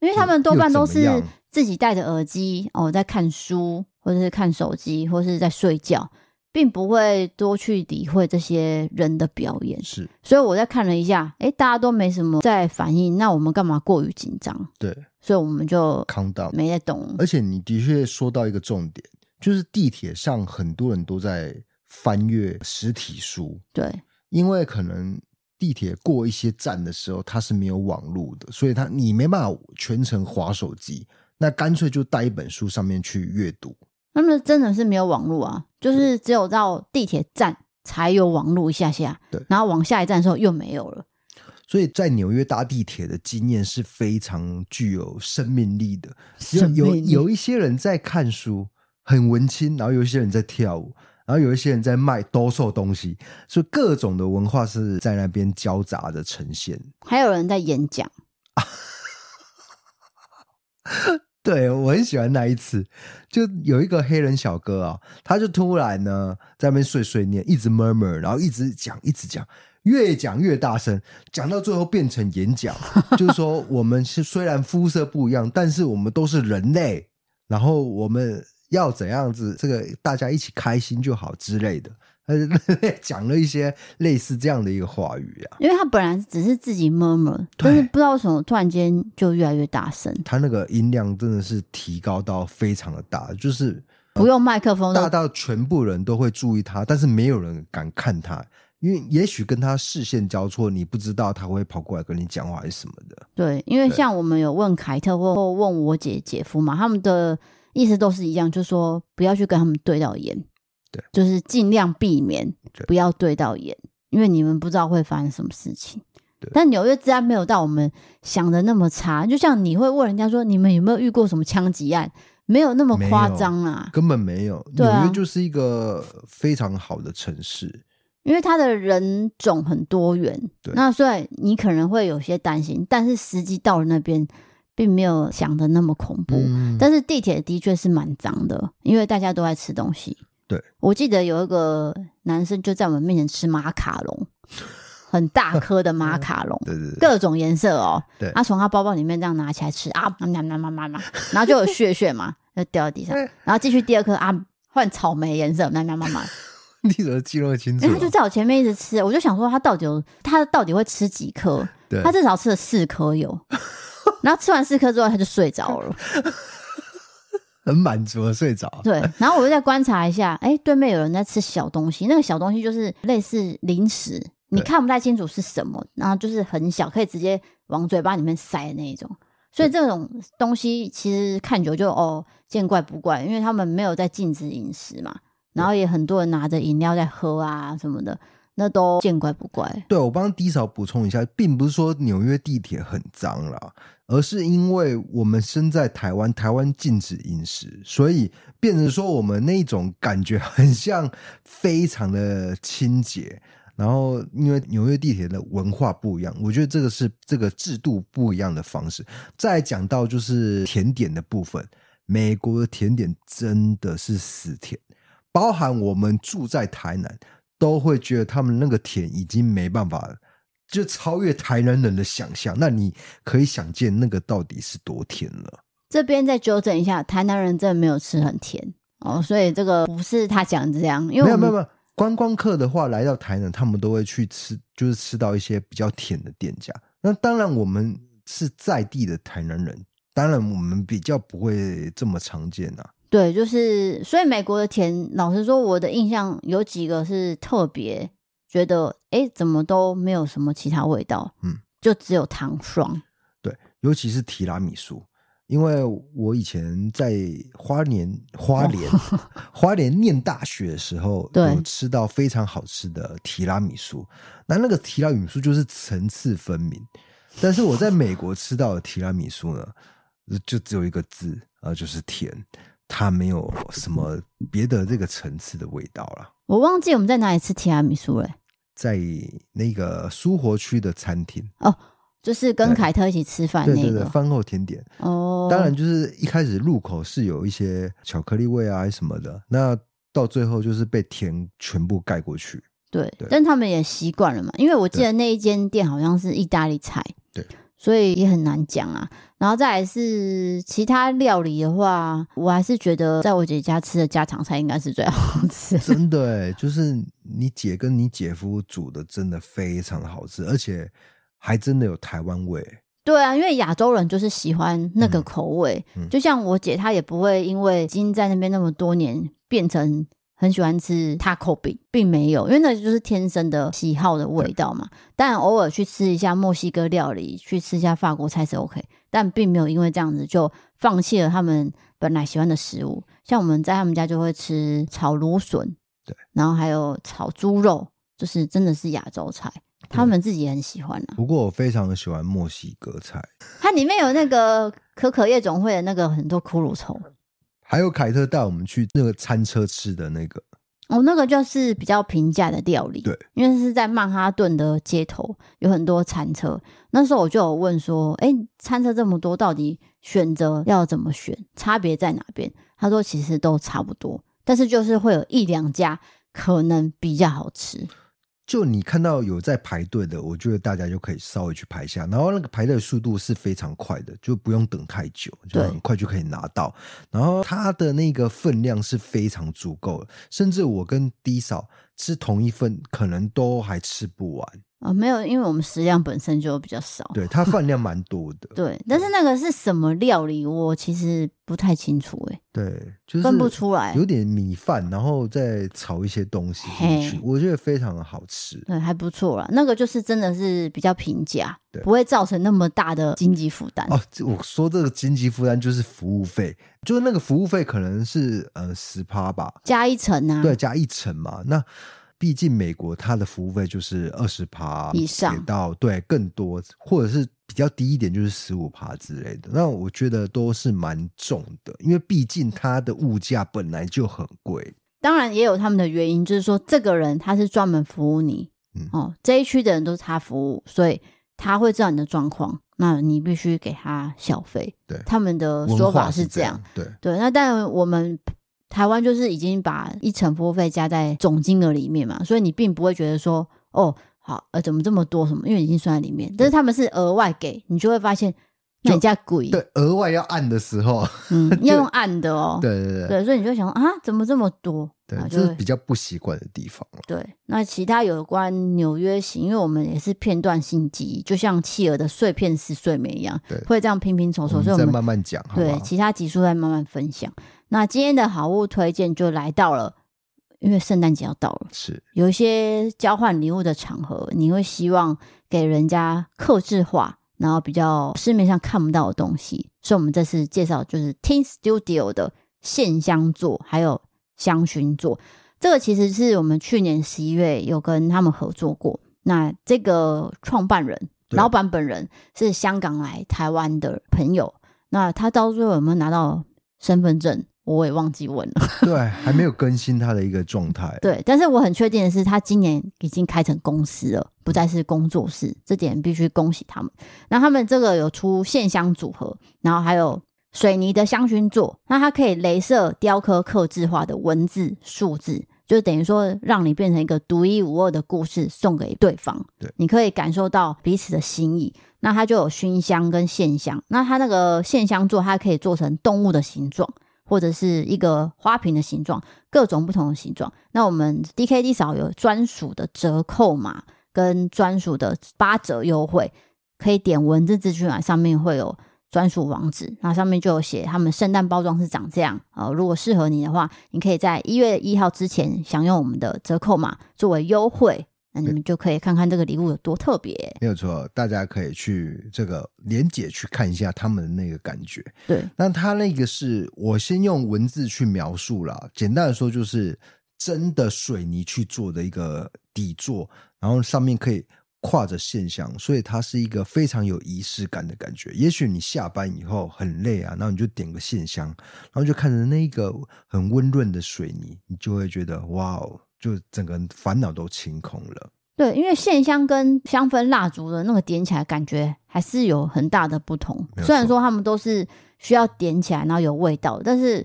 B: 因为他们多半都
C: 又怎么
B: 是
C: 样
B: 自己戴着耳机哦，在看书，或者是看手机，或是在睡觉，并不会多去理会这些人的表演。
C: 是
B: 所以我在看了一下，诶，大家都没什么在反应，那我们干嘛过于紧张？
C: 对
B: 所以我们就
C: ，calm down。
B: 没在懂。
C: 而且你的确说到一个重点，就是地铁上很多人都在翻阅实体书，
B: 对，
C: 因为可能地铁过一些站的时候，它是没有网络的，所以它你没办法全程划手机，那干脆就带一本书上面去阅读。
B: 他们真的是没有网络啊，就是只有到地铁站才有网络一下下，
C: 对
B: 然后往下一站的时候又没有了。
C: 所以在纽约搭地铁的经验是非常具有生命力的。有
B: 生
C: 有
B: 命力
C: 有一些人在看书，很文青，然后有一些人在跳舞，然后有一些人在卖兜售东西，所以各种的文化是在那边交杂的呈现。
B: 还有人在演讲，
C: 对我很喜欢那一次，就有一个黑人小哥啊，他就突然呢在那边碎碎念，一直 murmur，然后一直讲，一直讲，越讲越大声，讲到最后变成演讲，就是说我们是虽然肤色不一样，但是我们都是人类，然后我们要怎样子，这个大家一起开心就好之类的，他就 *laughs* 讲了一些类似这样的一个话语啊。
B: 因为他本来只是自己 murmur，但是不知道为什么突然间就越来越大声，
C: 他那个音量真的是提高到非常的大，就是
B: 不用麦克风
C: 大
B: 都
C: 到全部人都会注意他，但是没有人敢看他，因为也许跟他视线交错，你不知道他会跑过来跟你讲话还是什么的。
B: 对，因为
C: 对
B: 像我们有问凯特或或问我姐姐夫嘛，他们的意思都是一样，就说不要去跟他们对到眼，
C: 对，
B: 就是尽量避免
C: 对
B: 不要对到眼，因为你们不知道会发生什么事情
C: 对。
B: 但纽约治安没有到我们想的那么差，就像你会问人家说你们有没有遇过什么枪击案，没有那么
C: 没有
B: 夸张啊啦，
C: 根本没有，纽
B: 对啊
C: 约就是一个非常好的城市，
B: 因为它的人种很多元
C: 对，
B: 那所以你可能会有些担心，但是实际到了那边，并没有想的那么恐怖。
C: 嗯，
B: 但是地铁的确是蛮脏的，因为大家都在吃东西。
C: 对，，
B: 我记得有一个男生就在我们面前吃马卡龙，很大颗的马卡龙
C: 对对嗯对， *laughs*
B: 各种颜色哦。
C: 对
B: 他从他包包里面这样拿起来吃啊，嗯嗯嗯嗯嗯嗯然后就有血血嘛，就掉在地上，
C: 哎
B: 然后继续第二颗啊，换草莓颜色，慢慢慢慢。
C: 你怎么记录清楚
B: 因为
C: 啊、
B: 哎他就在我前面一直吃，我就想说他到底有他到底会吃几颗？
C: 对，
B: 他至少吃了四颗有，然后吃完四颗之后他就睡着了。
C: 很满足的睡着啊，
B: 对，然后我就再观察一下，哎，对面有人在吃小东西，那个小东西就是类似零食，你看不太清楚是什么，然后就是很小，可以直接往嘴巴里面塞的那一种。所以这种东西其实看久就哦见怪不怪，因为他们没有在禁止饮食嘛，然后也很多人拿着饮料在喝啊什么的，那都见怪不怪。
C: 对，我帮低嫂补充一下，并不是说纽约地铁很脏啦，而是因为我们身在台湾，台湾禁止饮食，所以变成说我们那一种感觉很像非常的清洁。然后，因为纽约地铁的文化不一样，我觉得这个是这个制度不一样的方式。再讲到就是甜点的部分，美国的甜点真的是死甜，包含我们住在台南，都会觉得他们那个甜已经没办法，就超越台南人的想象。那你可以想见那个到底是多甜了。
B: 这边再纠正一下，台南人真的没有吃很甜哦，所以这个不是他讲的这样，因
C: 没
B: 为
C: 有
B: 我
C: 没
B: 们
C: 有没有，观光客的话来到台南，他们都会去吃，就是吃到一些比较甜的店家。那当然，我们是在地的台南人，当然我们比较不会这么常见啊。
B: 对，就是所以美国的甜，老实说，我的印象有几个是特别觉得，哎，怎么都没有什么其他味道，
C: 嗯，
B: 就只有糖霜。
C: 对，尤其是提拉米苏，因为我以前在花莲花莲
B: *laughs*
C: 花莲念大学的时候，
B: 哦对
C: 有吃到非常好吃的提拉米苏。那那个提拉米苏就是层次分明，但是我在美国吃到的提拉米苏呢，就只有一个字啊、呃就是甜，它没有什么别的这个层次的味道了。
B: 我忘记我们在哪里吃提拉米苏了，
C: 在那个苏活区的餐厅，
B: 就是跟
C: 对
B: 凯特一起吃饭
C: 对
B: 啊那
C: 对对，
B: 个
C: 饭后甜点，
B: 哦，
C: 当然，就是一开始入口是有一些巧克力味啊还是什么的，那到最后就是被甜全部盖过去。
B: 对
C: 对，
B: 但他们也习惯了嘛，因为我记
C: 对
B: 得那一间店好像是意大利菜，
C: 对，
B: 所以也很难讲啊。然后再来是其他料理的话，我还是觉得在我姐家吃的家常菜应该是最好吃。
C: 真的哎、就是你姐跟你姐夫煮的真的非常好吃，而且还真的有台湾味、
B: 对啊，因为亚洲人就是喜欢那个口味，
C: 嗯嗯
B: 就像我姐她也不会因为已经在那边那么多年变成。很喜欢吃 taco 饼，并没有，因为那就是天生的喜好的味道嘛。但偶尔去吃一下墨西哥料理，去吃一下法国菜是 OK，但并没有因为这样子就放弃了他们本来喜欢的食物。像我们在他们家就会吃炒芦笋，
C: 对，
B: 然后还有炒猪肉，就是真的是亚洲菜。他们自己也很喜欢啊。
C: 不过我非常喜欢墨西哥菜，
B: 它里面有那个可可夜总会的那个很多骷髅头，
C: 还有凯特带我们去那个餐车吃的那个，
B: 哦，那个就是比较平价的料理，
C: 对，
B: 因为是在曼哈顿的街头，有很多餐车。那时候我就有问说，哎、餐车这么多，到底选择要怎么选，差别在哪边？他说其实都差不多，但是就是会有一两家可能比较好吃。
C: 就你看到有在排队的，我觉得大家就可以稍微去排一下，然后那个排队的速度是非常快的，就不用等太久，就
B: 对
C: 很快就可以拿到。然后它的那个分量是非常足够的，甚至我跟 D 嫂吃同一份，可能都还吃不完。
B: 啊、没有，因为我们食量本身就比较少。
C: 对，它饭量蛮多的。
B: *laughs* 对，但是那个是什么料理，我其实不太清楚、欸，
C: 对，就是
B: 分不出来
C: 有点米饭，然后再炒一些东西进去
B: 嘿，
C: 我觉得非常的好吃。
B: 对，嗯还不错啦。那个就是真的是比较平价
C: 对，
B: 不会造成那么大的经济负担。
C: 哦，这我说这个经济负担就是服务费，就是那个服务费可能是呃十趴吧，
B: 加一层啊，
C: 对，加一成嘛。那毕竟美国它的服务费就是二十趴
B: 以上
C: 到对更多，或者是比较低一点就是十五趴之类的。那我觉得都是蛮重的，因为毕竟它的物价本来就很贵。
B: 当然也有他们的原因，就是说这个人他是专门服务你，
C: 嗯
B: 哦，这一区的人都是他服务，所以他会知道你的状况，那你必须给他小费。
C: 对
B: 他们的
C: 文
B: 呃说
C: 化
B: 法
C: 是
B: 是这样。，
C: 对，
B: 对，那但我们台湾就是已经把一成服务费加在总金额里面嘛，所以你并不会觉得说哦，好，呃，怎么这么多什么，因为已经算在里面。但是他们是额外给你，就会发现那你家贵，
C: 对，额外要按的时候，
B: 嗯，要用按的哦。
C: 对对对
B: 对，所以你就会想啊，怎么这么多？啊就
C: 对，这
B: 会
C: 是比较不习惯的地方了。
B: 对，那其他有关纽约行，因为我们也是片段性记忆，就像企鹅的碎片式睡眠一样
C: 对，
B: 会这样拼拼凑
C: 我
B: 凑。所以
C: 们再
B: 我们
C: 慢慢讲，好不
B: 对
C: 好？
B: 其他集数再慢慢分享。那今天的好物推荐就来到了，因为圣诞节要到了，
C: 是
B: 有一些交换礼物的场合，你会希望给人家克制化，然后比较市面上看不到的东西。所以我们这次介绍就是 Teen Studio 的线香座，还有香薰座。这个其实是我们去年十一月有跟他们合作过。那这个创办人、
C: 对
B: 老板本人是香港来台湾的朋友，那他到最后有没有拿到身份证，我也忘记问了。
C: 对，还没有更新它的一个状态。
B: 对，但是我很确定的是，他今年已经开成公司了，不再是工作室，这点必须恭喜他们。那他们这个有出线香组合，然后还有水泥的香薰座，那它可以镭射雕刻刻制化的文字、数字，就等于说让你变成一个独一无二的故事送给对方。
C: 对
B: 你可以感受到彼此的心意。那它就有熏香跟线香，那它那个线香座，它可以做成动物的形状。或者是一个花瓶的形状，各种不同的形状。那我们 DKD 少有专属的折扣码跟专属的八折优惠，可以点文字资讯栏上面会有专属网址，那上面就有写他们圣诞包装是长这样。呃，如果适合你的话，你可以在一月一号之前享用我们的折扣码作为优惠，那你们就可以看看这个礼物有多特别。
C: 没有错，大家可以去这个连姐去看一下他们的那个感觉。
B: 对，
C: 那他那个是我先用文字去描述啦，简单的说就是真的水泥去做的一个底座，然后上面可以跨着线香，所以它是一个非常有仪式感的感觉。也许你下班以后很累啊，然后你就点个线香，然后就看着那个很温润的水泥，你就会觉得哇哦，就整个烦恼都清空了。
B: 对，因为线香跟香氛蜡烛的那个点起来感觉还是有很大的不同。
C: 没有
B: 虽然
C: 错
B: 说他们都是需要点起来，然后有味道，但是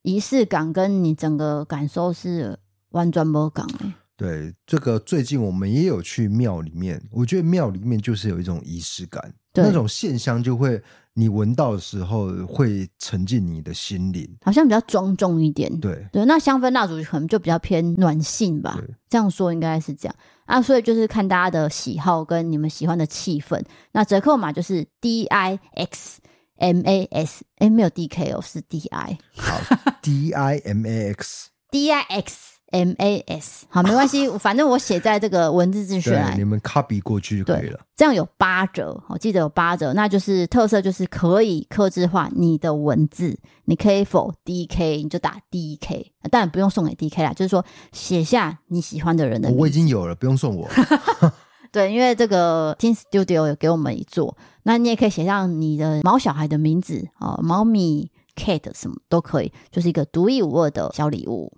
B: 仪式感跟你整个感受是完全不港哎。
C: 对，这个最近我们也有去庙里面，我觉得庙里面就是有一种仪式感，
B: 对
C: 那种线香就会你闻到的时候会沉进你的心灵。
B: 好像比较庄重一点。 *laughs*
C: 对，
B: 对，那香氛蜡烛可能就比较偏暖性吧
C: 对，
B: 这样说应该是这样啊。所以就是看大家的喜好跟你们喜欢的气氛。那折扣码就是 D I X M A S，哎，没有 D K 哦，是 D I。
C: 好，D I M A X，
B: D I X M A S，好，没关
C: *laughs*
B: 系，反正我写在这个文字资讯
C: 对，
B: 栏
C: 你，们 copy 过去就可以
B: 对
C: 了。
B: 这样有八折，我记得有八折，那就是特色就是可以克制化你的文字，你可以否 D K，你就打 D K，当然不用送给 D K 啦，就是说写下你喜欢的人的
C: 我
B: 名
C: 已
B: 字，
C: 经有了，不用送我。
B: 对，因为这个 Teen Studio 有给我们一座，那你也可以写上你的毛小孩的名字哦，猫咪、cat 什么都可以，就是一个独一无二的小礼物。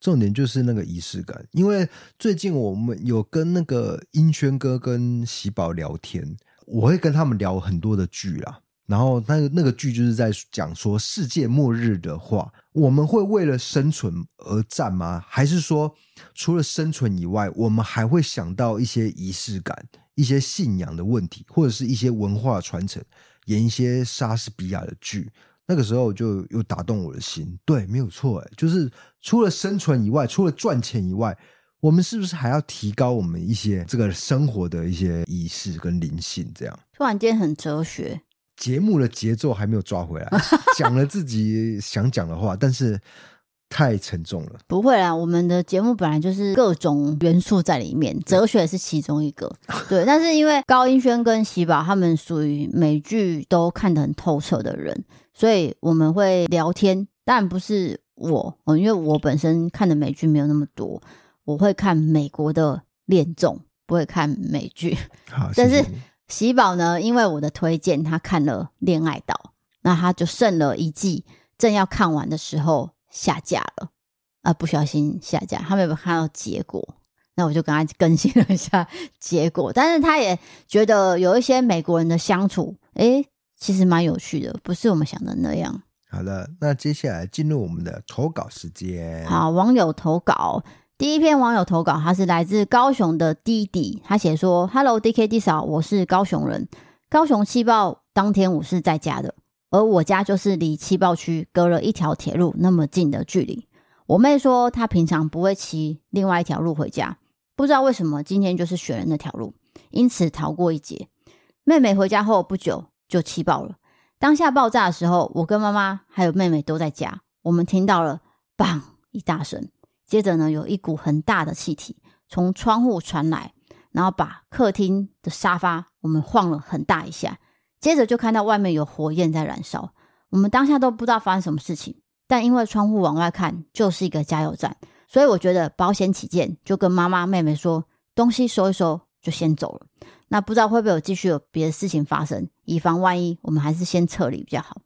C: 重点就是那个仪式感，因为最近我们有跟那个英轩哥跟喜宝聊天，我会跟他们聊很多的剧啦。然后那个那个剧就是在讲说世界末日的话，我们会为了生存而战吗？还是说除了生存以外，我们还会想到一些仪式感、一些信仰的问题，或者是一些文化传承，演一些莎士比亚的剧？那个时候就有打动我的心，对，没有错，哎，就是除了生存以外，除了赚钱以外，我们是不是还要提高我们一些这个生活的一些仪式跟灵性？这样
B: 突然间很哲学，
C: 节目的节奏还没有抓回来，讲了自己想讲的话，但是太沉重了。
B: 不会啦，我们的节目本来就是各种元素在里面，哲学是其中一个。对，但是因为高音轩跟喜宝他们属于美剧都看得很透彻的人，所以我们会聊天，但不是我，哦因为我本身看的美剧没有那么多，我会看美国的恋综，不会看美剧。
C: 好，
B: 但
C: 谢
B: 是
C: 谢你
B: 喜宝呢，因为我的推荐，他看了《恋爱岛》，那他就剩了一季，正要看完的时候下架了，啊，不小心下架，他没有看到结果。那我就跟他更新了一下结果，但是他也觉得有一些美国人的相处，诶，其实蛮有趣的，不是我们想的那样。
C: 好了，那接下来进入我们的投稿时间。，
B: 好，网友投稿。第一篇网友投稿，他是来自高雄的弟弟，他写说：“Hello D K D 嫂，我是高雄人。高雄气爆当天我是在家的，而我家就是离气爆区隔了一条铁路那么近的距离。我妹说她平常不会骑另外一条路回家，不知道为什么今天就是选了那条路，因此逃过一劫。妹妹回家后不久就气爆了。当下爆炸的时候，我跟妈妈还有妹妹都在家，我们听到了“砰”一大声，接着呢有一股很大的气体从窗户传来，然后把客厅的沙发我们晃了很大一下，接着就看到外面有火焰在燃烧，我们当下都不知道发生什么事情，但因为窗户往外看就是一个加油站，所以我觉得保险起见，就跟妈妈妹妹说东西收一收就先走了。那不知道会不会有继续有别的事情发生，以防万一，我们还是先撤离比较好。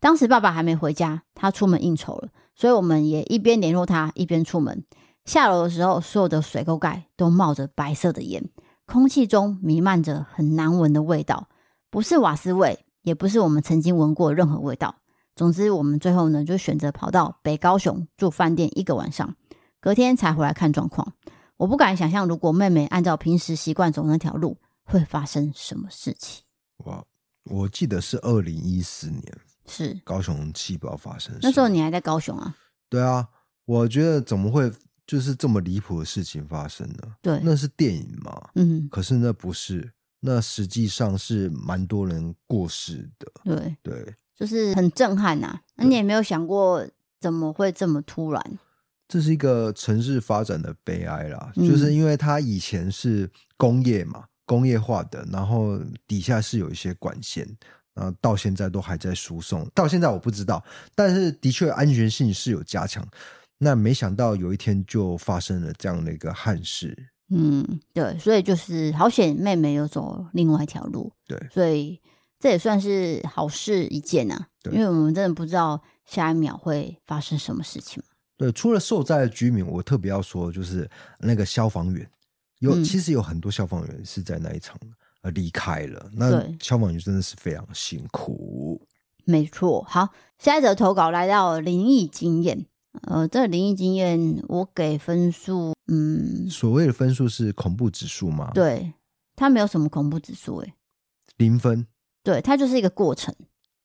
B: 当时爸爸还没回家，他出门应酬了，所以我们也一边联络他，一边出门。下楼的时候，所有的水沟盖都冒着白色的烟，空气中弥漫着很难闻的味道，不是瓦斯味，也不是我们曾经闻过的任何味道。总之，我们最后呢就选择跑到北高雄住饭店一个晚上，隔天才回来看状况。我不敢想象，如果妹妹按照平时习惯走那条路，会发生什么事情。
C: 哇，我记得是二零一四年
B: 是
C: 高雄气爆发生，
B: 那时候你还在高雄啊？
C: 对啊，我觉得怎么会就是这么离谱的事情发生呢？
B: 对，
C: 那是电影嘛，
B: 嗯，
C: 可是那不是，那实际上是蛮多人过世的。
B: 对，
C: 对，
B: 就是很震撼呐、那你也没有想过怎么会这么突然？
C: 这是一个城市发展的悲哀啦，
B: 嗯
C: 就是因为它以前是工业嘛，工业化的，然后底下是有一些管线。然后到现在都还在输送，到现在我不知道，但是的确安全性是有加强。那没想到有一天就发生了这样的一个憾事，
B: 嗯，对，所以就是好险，妹妹有走另外一条路，
C: 对
B: 所以这也算是好事一件呐、
C: 对
B: 因为我们真的不知道下一秒会发生什么事情。
C: 对，除了受灾的居民，我特别要说，就是那个消防员，有、
B: 嗯
C: 其实有很多消防员是在那一场呃离开了，那
B: 对
C: 消防员真的是非常辛苦。
B: 没错，好，下一则投稿来到灵异经验。呃，这个灵异经验我给分数，嗯，
C: 所谓的分数是恐怖指数吗？，
B: 对，它没有什么恐怖指数，诶，
C: 零分
B: 对，它就是一个过程，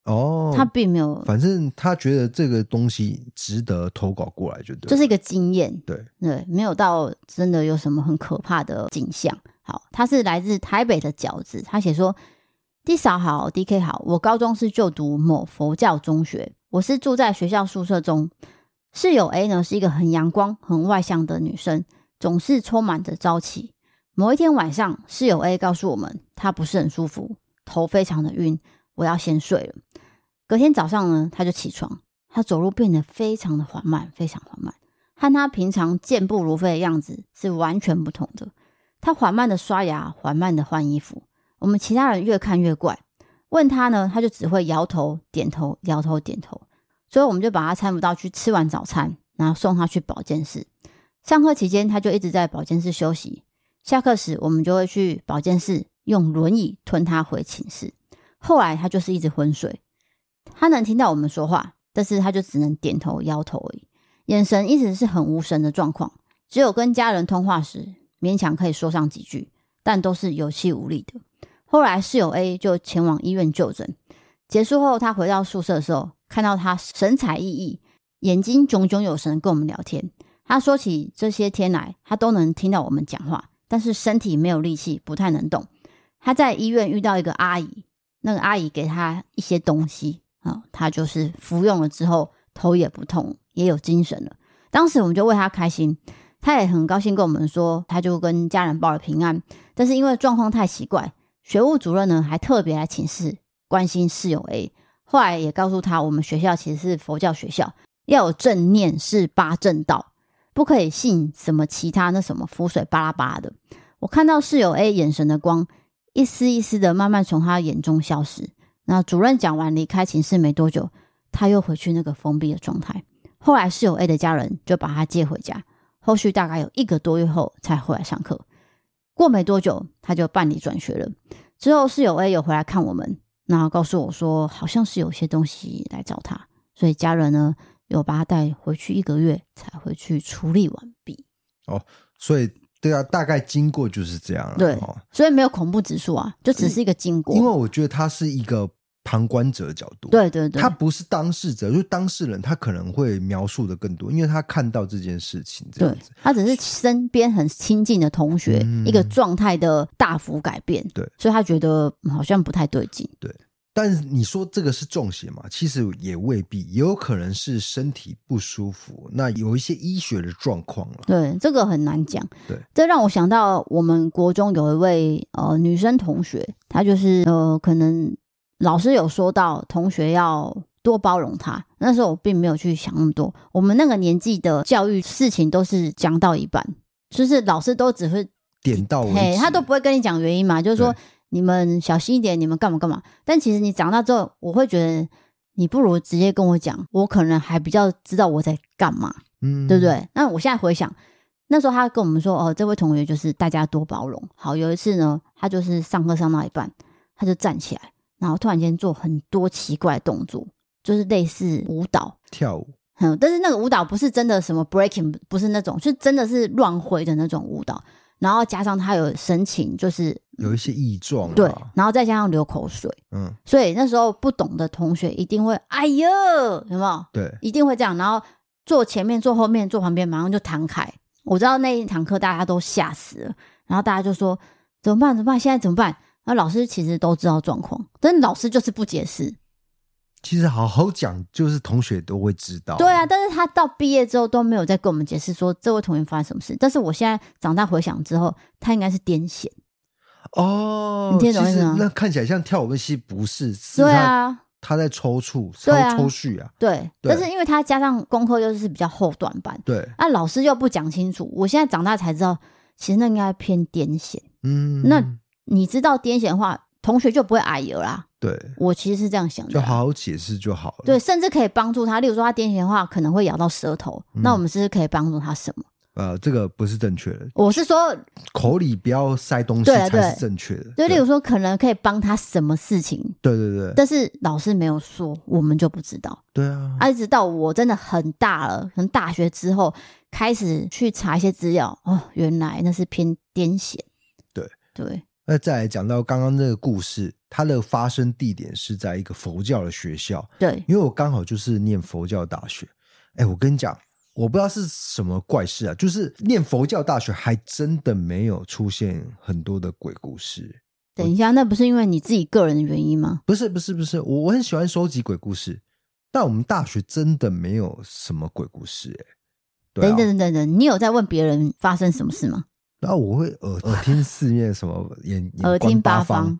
C: 哦。
B: 它并没有，
C: 反正他觉得这个东西值得投稿过来，就对了，
B: 就是一个经验，
C: 对
B: 对，没有到真的有什么很可怕的景象。好，他是来自台北的饺子，他写说：“D 嫂好，D K 好，我高中是就读某佛教中学，我是住在学校宿舍中。室友 A 呢是一个很阳光、很外向的女生，总是充满着朝气。某一天晚上，室友 A 告诉我们，她不是很舒服，头非常的晕，我要先睡了。隔天早上呢，她就起床，她走路变得非常的缓慢，非常缓慢。和他平常健步如飞的样子是完全不同的。他缓慢的刷牙，缓慢的换衣服。我们其他人越看越怪，问他呢，他就只会摇头、点头、摇头、点头。所以我们就把他搀扶到去吃完早餐，然后送他去保健室。上课期间，他就一直在保健室休息。下课时，我们就会去保健室用轮椅推他回寝室。后来他就是一直昏睡，他能听到我们说话，但是他就只能点头摇头而已，眼神一直是很无神的状况。只有跟家人通话时，勉强可以说上几句，但都是有气无力的。后来室友 A 就前往医院就诊。结束后，他回到宿舍的时候，看到他神采奕奕，眼睛炯炯有神，跟我们聊天。他说起这些天来，他都能听到我们讲话，但是身体没有力气，不太能动。他在医院遇到一个阿姨，那个阿姨给他一些东西啊、他就是服用了之后，头也不痛，也有精神了。当时我们就为他开心，他也很高兴跟我们说，他就跟家人报了平安。但是因为状况太奇怪，学务主任呢还特别来寝室关心室友 A，后来也告诉他，我们学校其实是佛教学校，要有正念是八正道，不可以信什么其他那什么浮水巴拉巴拉的。我看到室友 A 眼神的光一丝一丝的慢慢从他眼中消失。那主任讲完离开寝室没多久，他又回去那个封闭的状态。后来室友 A 的家人就把他接回家，后续大概有一个多月后才回来上课。过没多久，他就办理转学了。之后室友 A 有回来看我们，那告诉我说好像是有些东西来找他，所以家人呢有把他带回去一个月才回去处理完毕。
C: 所以对啊，大概经过就是这样了。
B: 对
C: 哦，
B: 所以没有恐怖指数啊，就只是一个经过。
C: 因为我觉得他是一个旁观者的角度，，
B: 对对对
C: 他，不是当事者，就是当事人他可能会描述的更多，因为他看到这件事情这
B: 对
C: 样子。
B: 他只是身边很亲近的同学、
C: 嗯
B: 一个状态的大幅改变，
C: 对，
B: 所以他觉得嗯好像不太对劲。
C: 但是你说这个是中邪嘛？其实也未必，也有可能是身体不舒服，那有一些医学的状况了。
B: 对，这个很难讲。
C: 对，
B: 这让我想到我们国中有一位呃女生同学，她就是呃可能老师有说到同学要多包容她，那时候我并没有去想那么多。我们那个年纪的教育事情都是讲到一半，就是老师都只会
C: 点到为
B: 嘿，
C: 止，
B: 他都不会跟你讲原因嘛，就是说
C: 对
B: 你们小心一点，你们干嘛干嘛。但其实你长大之后，我会觉得你不如直接跟我讲，我可能还比较知道我在干嘛。
C: 嗯
B: 对不？对？那我现在回想，那时候他跟我们说，哦，这位同学就是大家多包容。好，有一次呢，他就是上课上到一半，他就站起来，然后突然间做很多奇怪的动作，就是类似舞蹈。
C: 跳舞，
B: 嗯，但是那个舞蹈不是真的什么 breaking，不是那种，是真的是乱挥的那种舞蹈。然后加上他有神情，就是
C: 有一些异状啊。
B: 对，然后再加上流口水，
C: 嗯，
B: 所以那时候不懂的同学一定会哎呦，有没有？
C: 对，
B: 一定会这样。然后坐前面、坐后面、坐旁边，马上就弹开。我知道那一堂课大家都吓死了，然后大家就说怎么办？怎么办？现在怎么办？然后老师其实都知道状况，但是老师就是不解释。
C: 其实好好讲，就是同学都会知道。
B: 对啊，，但是他到毕业之后都没有再跟我们解释说这位同学发生什么事。但是我现在长大回想之后，他应该是癫痫。
C: 哦，
B: 你听得懂
C: 其
B: 意思
C: 实
B: 吗
C: 那看起来像跳舞，其实不是，是
B: 对
C: 他
B: 啊，
C: 他在抽搐，抽
B: 对啊
C: 抽搐啊，
B: 对。
C: 对
B: 但是因为他加上功课又是比较后段班，
C: 对，
B: 啊，老师又不讲清楚。我现在长大才知道，其实那应该偏癫痫。
C: 嗯，
B: 那你知道癫痫的话，同学就不会矮油啦。
C: 对，
B: 我其实是这样想的
C: 就
B: 啦，
C: 好好解释就好了。
B: 对，，甚至可以帮助他。例如说，他癫痫的话可能会咬到舌头，
C: 嗯
B: 那我们是不是可以帮助他什么？
C: 呃，这个不是正确的，
B: 我是说，
C: 口里不要塞东西
B: 对啊对
C: 才是正确的。
B: 就
C: 对
B: 例如说，可能可以帮他什么事情，
C: 对对对，
B: 但是老师没有说，我们就不知道。
C: 对啊，
B: 啊，一直到我真的很大了，可能大学之后开始去查一些资料，哦，原来那是偏癫痫。
C: 对
B: 对，
C: 那再来讲到刚刚这个故事，它的发生地点是在一个佛教的学校，
B: 对，
C: 因为我刚好就是念佛教大学。哎，我跟你讲，我不知道是什么怪事啊，就是念佛教大学还真的没有出现很多的鬼故事。
B: 等一下，那不是因为你自己个人的原因吗？
C: 不是不是不是，我我很喜欢收集鬼故事，但我们大学真的没有什么鬼故事、哎，对
B: 等
C: 啊，
B: 等等等，你有在问别人发生什么事吗？
C: 然后我会耳耳听四面，什么
B: *laughs*
C: 眼眼
B: 耳
C: 观
B: 听
C: 八
B: 八方，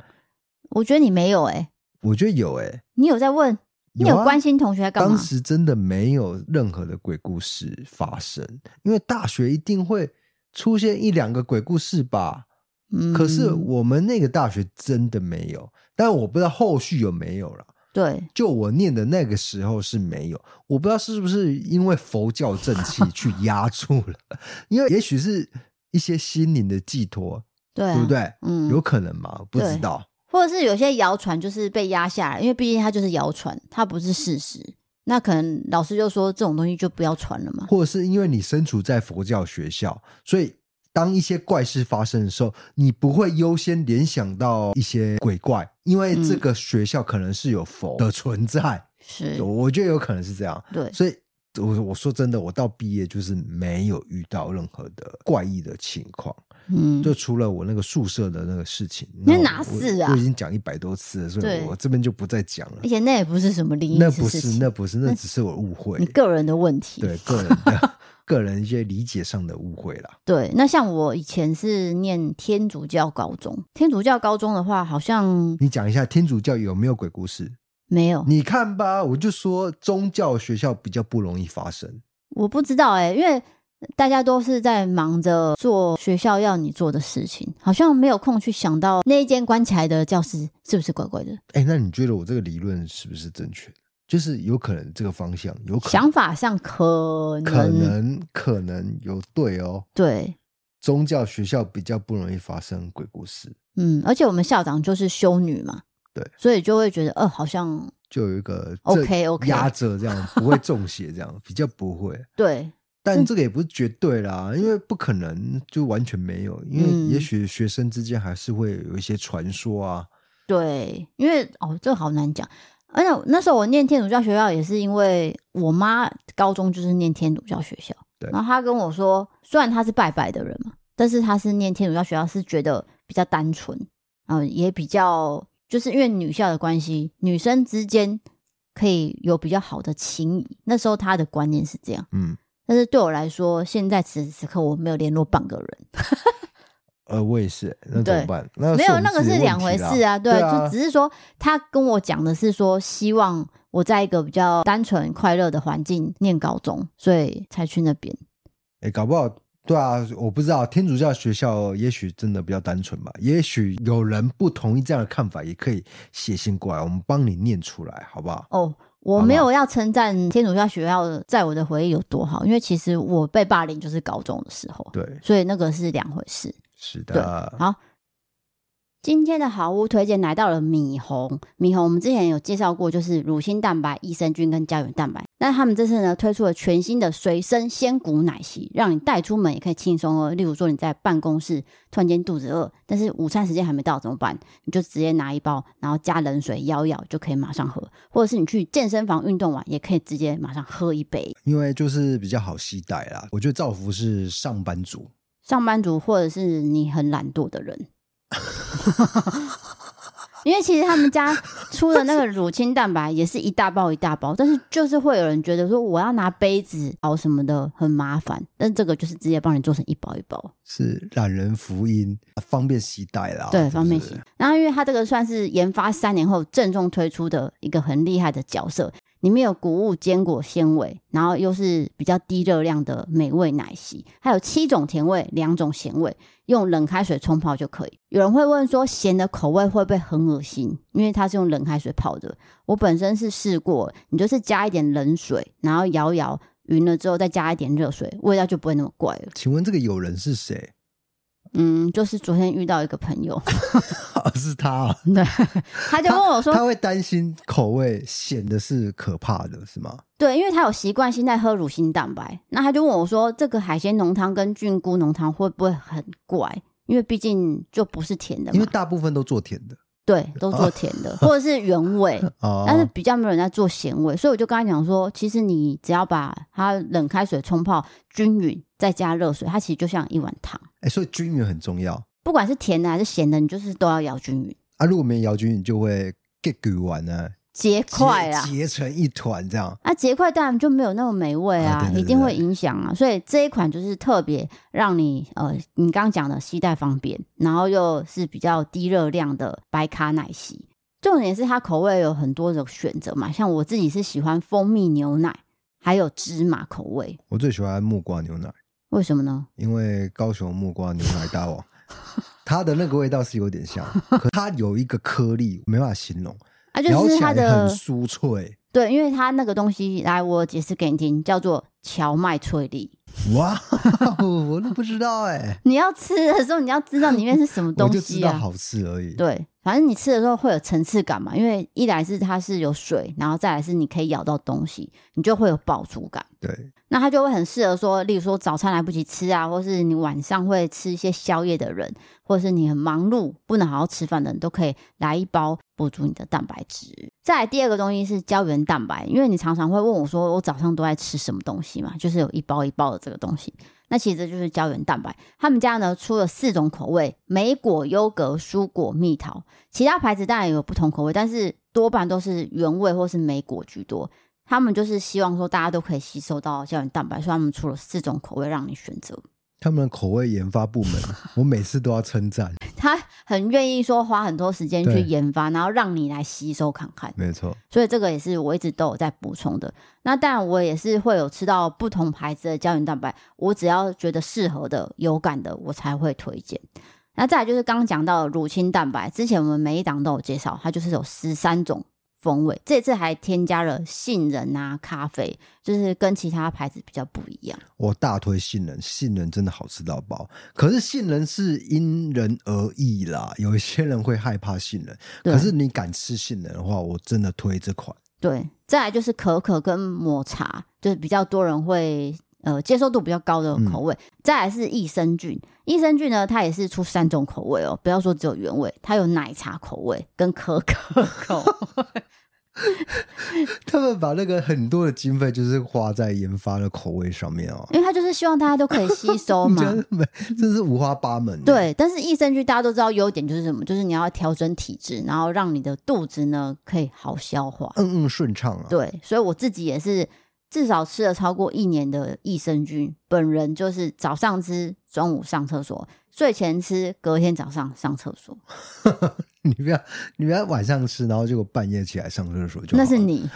B: 我觉得你没有哎、
C: 我觉得有哎、
B: 你有在问，你
C: 有啊
B: 关心同学在干嘛
C: 当？时真的没有任何的鬼故事发生，因为大学一定会出现一两个鬼故事吧？
B: 嗯
C: 可是我们那个大学真的没有，但我不知道后续有没有了。
B: 对
C: 就我念的那个时候是没有，我不知道是不是因为佛教正
B: *laughs*
C: 气去压住了，因为也许是一些心灵的寄托，
B: 对、啊，
C: 对不？对？
B: 嗯，
C: 有可能吗？不知道。
B: 或者是有些谣传就是被压下来，因为毕竟它就是谣传，它不是事实。那可能老师就说这种东西就不要传了嘛。
C: 或者是因为你身处在佛教学校，所以当一些怪事发生的时候，你不会优先联想到一些鬼怪，因为
B: 嗯
C: 这个学校可能是有佛的存在，
B: 是，
C: 我觉得有可能是这样。
B: 对，
C: 所以我我说真的，我到毕业就是没有遇到任何的怪异的情况，
B: 嗯，
C: 就除了我那个宿舍的那个事情，
B: 那
C: 我
B: 哪是啊
C: 我？我已经讲一百多次了，所以
B: 对
C: 我这边就不再讲了
B: 而。且那也不是什么灵异
C: 那
B: 的
C: 不
B: 事
C: 是，
B: 情，嗯
C: 那不是，那只是我误会
B: 你，个人的问题。
C: 对个人
B: *laughs*
C: 的个人一些理解上的误会啦。
B: 对，那像我以前是念天主教高中，天主教高中的话，好像
C: 你讲一下天主教有没有鬼故事？
B: 没有，
C: 你看吧，我就说宗教学校比较不容易发生。
B: 我不知道哎、因为大家都是在忙着做学校要你做的事情，好像没有空去想到那一间关起来的教室是不是怪怪的。
C: 哎，那你觉得我这个理论是不是正确的？就是有可能这个方向，有可能
B: 想法上可能
C: 可能可能有对哦，
B: 对，
C: 宗教学校比较不容易发生鬼故事，
B: 嗯，而且我们校长就是修女嘛，
C: 对，
B: 所以就会觉得呃，好像
C: 就有一个
B: OK，OK
C: 压着这样，不会中邪这样，比较不会。
B: 对
C: 但这个也不是绝对啦，因为不可能就完全没有，因
B: 嗯
C: 为也许学生之间还是会有一些传说啊。
B: 对，因为哦，这好难讲。而且那时候我念天主教学校也是因为我妈高中就是念天主教学校，
C: 对
B: 然后她跟我说，虽然她是拜拜的人嘛，但是她是念天主教学校是觉得比较单纯，然后也比较就是因为女校的关系，女生之间可以有比较好的情谊。那时候她的观念是这样。
C: 嗯，
B: 但是对我来说，现在此时此刻我没有联络半个人，
C: 呃，我也是，那怎么
B: 对
C: 办？那
B: 没
C: 是
B: 有
C: 我们
B: 那个
C: 自己
B: 是
C: 的
B: 两
C: 问
B: 回
C: 题啦
B: 事啊，对，
C: 对啊，
B: 就只是说他跟我讲的是说，希望我在一个比较单纯快乐的环境念高中，所以才去那边。
C: 哎、搞不好。对啊，我不知道天主教学校也许真的比较单纯吧，也许有人不同意这样的看法，也可以写信过来，我们帮你念出来，好不好？
B: 哦，我
C: 好吧
B: 没有要称赞天主教学校在我的回忆有多好，因为其实我被霸凌就是高中的时候，
C: 对，
B: 所以那个是两回事。
C: 是
B: 对，
C: 的。
B: 好，今天的好物推荐来到了米红。米红我们之前有介绍过，就是乳清蛋白、益生菌跟胶原蛋白。那他们这次呢推出了全新的随身鲜骨奶昔，让你带出门也可以轻松哦。例如说你在办公室突然间肚子饿，但是午餐时间还没到怎么办？你就直接拿一包，然后加冷水摇一摇就可以马上喝，或者是你去健身房运动完也可以直接马上喝一杯。
C: 因为就是比较好携带啦。我觉得造福是上班族，
B: 上班族或者是你很懒惰的人。因为其实他们家出的那个乳清蛋白也是一大包一大包，但是就是会有人觉得说我要拿杯子熬什么的很麻烦，但这个就是直接帮你做成一包一包，
C: 是懒人福音，方便携带啦。
B: 对，
C: 是不是
B: 方便洗。然后因为它这个算是研发三年后郑重推出的一个很厉害的角色，里面有谷物坚果纤维，然后又是比较低热量的美味奶昔，还有七种甜味，两种咸味，用冷开水冲泡就可以。有人会问说，咸的口味会不会很恶心？因为它是用冷开水泡的。我本身是试过，你就是加一点冷水，然后摇一摇匀了之后再加一点热水，味道就不会那么怪了。
C: 请问这个友人是谁？ *laughs*
B: 嗯，就是昨天遇到一个朋友， *laughs*
C: 是他啊、
B: 对，他就跟我说
C: 他会担心口味显得是可怕的，是吗？
B: 对，因为他有习惯性在喝乳清蛋白，那他就问我说：“这个海鲜浓汤跟菌菇浓汤会不会很怪？因为毕竟就不是甜的
C: 因为
B: 嘛，
C: 大部分都做甜的
B: 对，都做甜的，或者是原味，
C: 哦。
B: 但是比较没有人在做咸味，所以我就跟他讲说，其实你只要把它冷开水冲泡均匀，再加热水，它其实就像一碗汤，
C: 哎、所以均匀很重要
B: 不管是甜的还是咸的，你就是都要摇均匀，
C: 啊。如果没摇均匀，就会 get 骨完呢、
B: 结块啊，
C: 结结成一团这样。
B: 啊，结块当然就没有那么美味啊，
C: 啊对对对
B: 一定会影响啊。所以这一款就是特别让你呃，你刚刚讲的携带方便，然后又是比较低热量的白卡奶昔。重点是它口味有很多的选择嘛，像我自己是喜欢蜂蜜牛奶，还有芝麻口味。
C: 我最喜欢木瓜牛奶，
B: 为什么呢？ *laughs*
C: 因为高雄木瓜牛奶大王它的那个味道是有点像，可它有一个颗粒，没办法形容，
B: 啊，就
C: 咬
B: 是
C: 起
B: 它
C: 来很
B: 的
C: 酥脆。
B: 对，因为它那个东西，来我解释给你听，叫做荞麦脆粒。
C: *laughs* 哇，我都不知道哎、
B: 你要吃的时候，你要知道里面是什么
C: *laughs* 我
B: 东
C: 就知
B: 西
C: 道
B: 啊？
C: 好吃而已。
B: 对，反正你吃的时候会有层次感嘛，因为一来是它是有水，然后再来是你可以咬到东西，你就会有饱足感。
C: 对
B: 那它就会很适合说，例如说早餐来不及吃啊，或是你晚上会吃一些宵夜的人，或者是你很忙碌不能好好吃饭的人，都可以来一包补足你的蛋白质。再来第二个东西是胶原蛋白，因为你常常会问我说，我早上都在吃什么东西嘛？就是有一包一包的这个东西，那其实这就是胶原蛋白。他们家呢出了四种口味：莓果、优格、蔬果、蜜桃。其他牌子当然也有不同口味，但是多半都是原味或是莓果居多。他们就是希望说大家都可以吸收到胶原蛋白，所以他们出了四种口味让你选择。
C: 他们的口味研发部门，
B: *laughs*
C: 我每次都要称赞。
B: 他很愿意说花很多时间去
C: 对
B: 研发，然后让你来吸收看看。
C: 没错，
B: 所以这个也是我一直都有在补充的。那当然，我也是会有吃到不同牌子的胶原蛋白，我只要觉得适合的、有感的，我才会推荐。那再来就是刚刚讲到的乳清蛋白，之前我们每一档都有介绍，它就是有十三种风味，这次还添加了杏仁啊、咖啡，就是跟其他牌子比较不一样。
C: 我大推杏仁，杏仁真的好吃到爆。可是杏仁是因人而异啦，有一些人会害怕杏仁，
B: 对
C: 可是你敢吃杏仁的话，我真的推这款。 *laughs*
B: 对，再来就是可可跟抹茶，就是比较多人会呃接受度比较高的口
C: 嗯
B: 味。再来是益生菌，益生菌呢，它也是出三种口味哦，不要说只有原味，它有奶茶口味跟可可
C: *laughs*
B: 口味。
C: 他们把那个很多的经费就是花在研发的口味上面哦，
B: 因为它就是希望大家都可以吸收
C: *laughs*
B: 嘛。
C: 真没，真是五花八门。，
B: 嗯对，但是益生菌大家都知道优点就是什么，就是你要调整体质，然后让你的肚子呢可以好消化。
C: 嗯嗯顺畅啊。
B: 对，所以我自己也是至少吃了超过一年的益生菌，本人就是早上吃，中午上厕所，睡前吃，隔天早上上厕所，
C: *laughs* 你不要你不要晚上吃，然后结果半夜起来上厕所就
B: 那
C: 好了
B: 是
C: *laughs*
B: 你，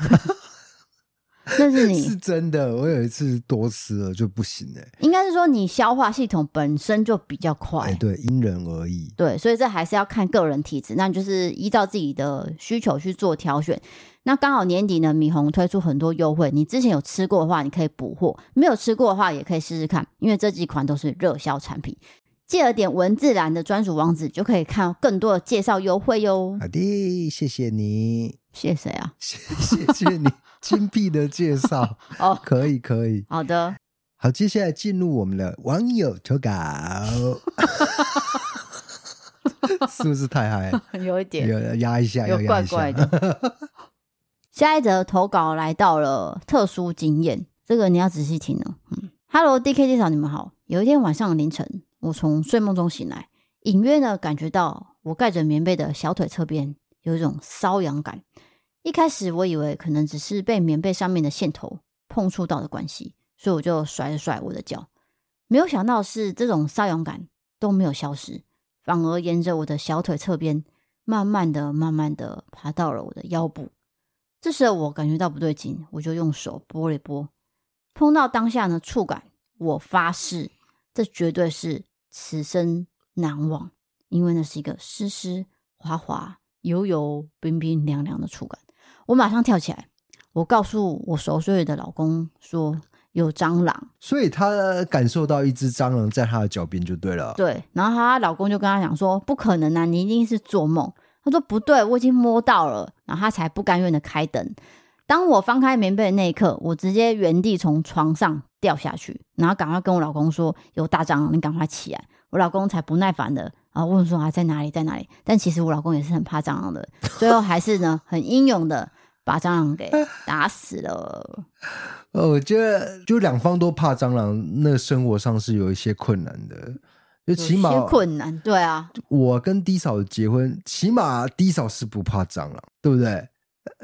B: 那是
C: 是
B: 你，
C: 真的。我有一次多吃了就不行哎、
B: 应该是说你消化系统本身就比较快。
C: 哎、对，因人而异。
B: 对，所以这还是要看个人体质，那你就是依照自己的需求去做挑选。那刚好年底呢，米红推出很多优惠，你之前有吃过的话，你可以补货；没有吃过的话，也可以试试看，因为这几款都是热销产品。借了点文字栏的专属网址，就可以看更多的介绍优惠哟。
C: 好的，谢谢你，
B: 谢谢谁啊？
C: 谢 *laughs* 谢谢你精辟的介绍，
B: 哦，
C: 可以可以。
B: 好的，
C: 好，接下来进入我们的网友投稿， *laughs* 是不是太嗨了？
B: *laughs* 有一 *laughs* 点
C: 要压一下，
B: 有
C: 要压
B: 怪
C: 一下
B: 怪的。
C: *laughs*
B: 下一则投稿来到了特殊经验，这个你要仔细听哦。嗯，Hello D K D 嫂，你们好。有一天晚上凌晨，我从睡梦中醒来，隐约呢感觉到我盖着棉被的小腿侧边有一种瘙痒感。一开始我以为可能只是被棉被上面的线头碰触到的关系，所以我就甩了甩我的脚，没有想到是这种瘙痒感都没有消失，反而沿着我的小腿侧边慢慢的、慢慢的爬到了我的腰部。这时候我感觉到不对劲，我就用手拨了一拨，碰到当下呢触感，我发誓，这绝对是此生难忘，因为那是一个湿湿滑滑、油油冰冰凉凉的触感。我马上跳起来，我告诉我熟睡的老公说有蟑螂，
C: 所以她感受到一只蟑螂在她的脚边就对了。
B: 对，然后她老公就跟她讲说：“不可能啊，你一定是做梦。”她说：“不对，我已经摸到了。”然后她才不甘愿的开灯。当我翻开棉被的那一刻，我直接原地从床上掉下去，然后赶快跟我老公说：“有大蟑螂，你赶快起来！”我老公才不耐烦的啊问说：“啊，在哪里，在哪里？”但其实我老公也是很怕蟑螂的，最后还是呢很英勇的把蟑螂给打死了。
C: 呃，我觉得就两方都怕蟑螂，那生活上是有一些困难的。就起
B: 有
C: 码
B: 些困难，对啊，
C: 我跟 D 嫂结婚，起码 D 嫂是不怕蟑螂，对不对？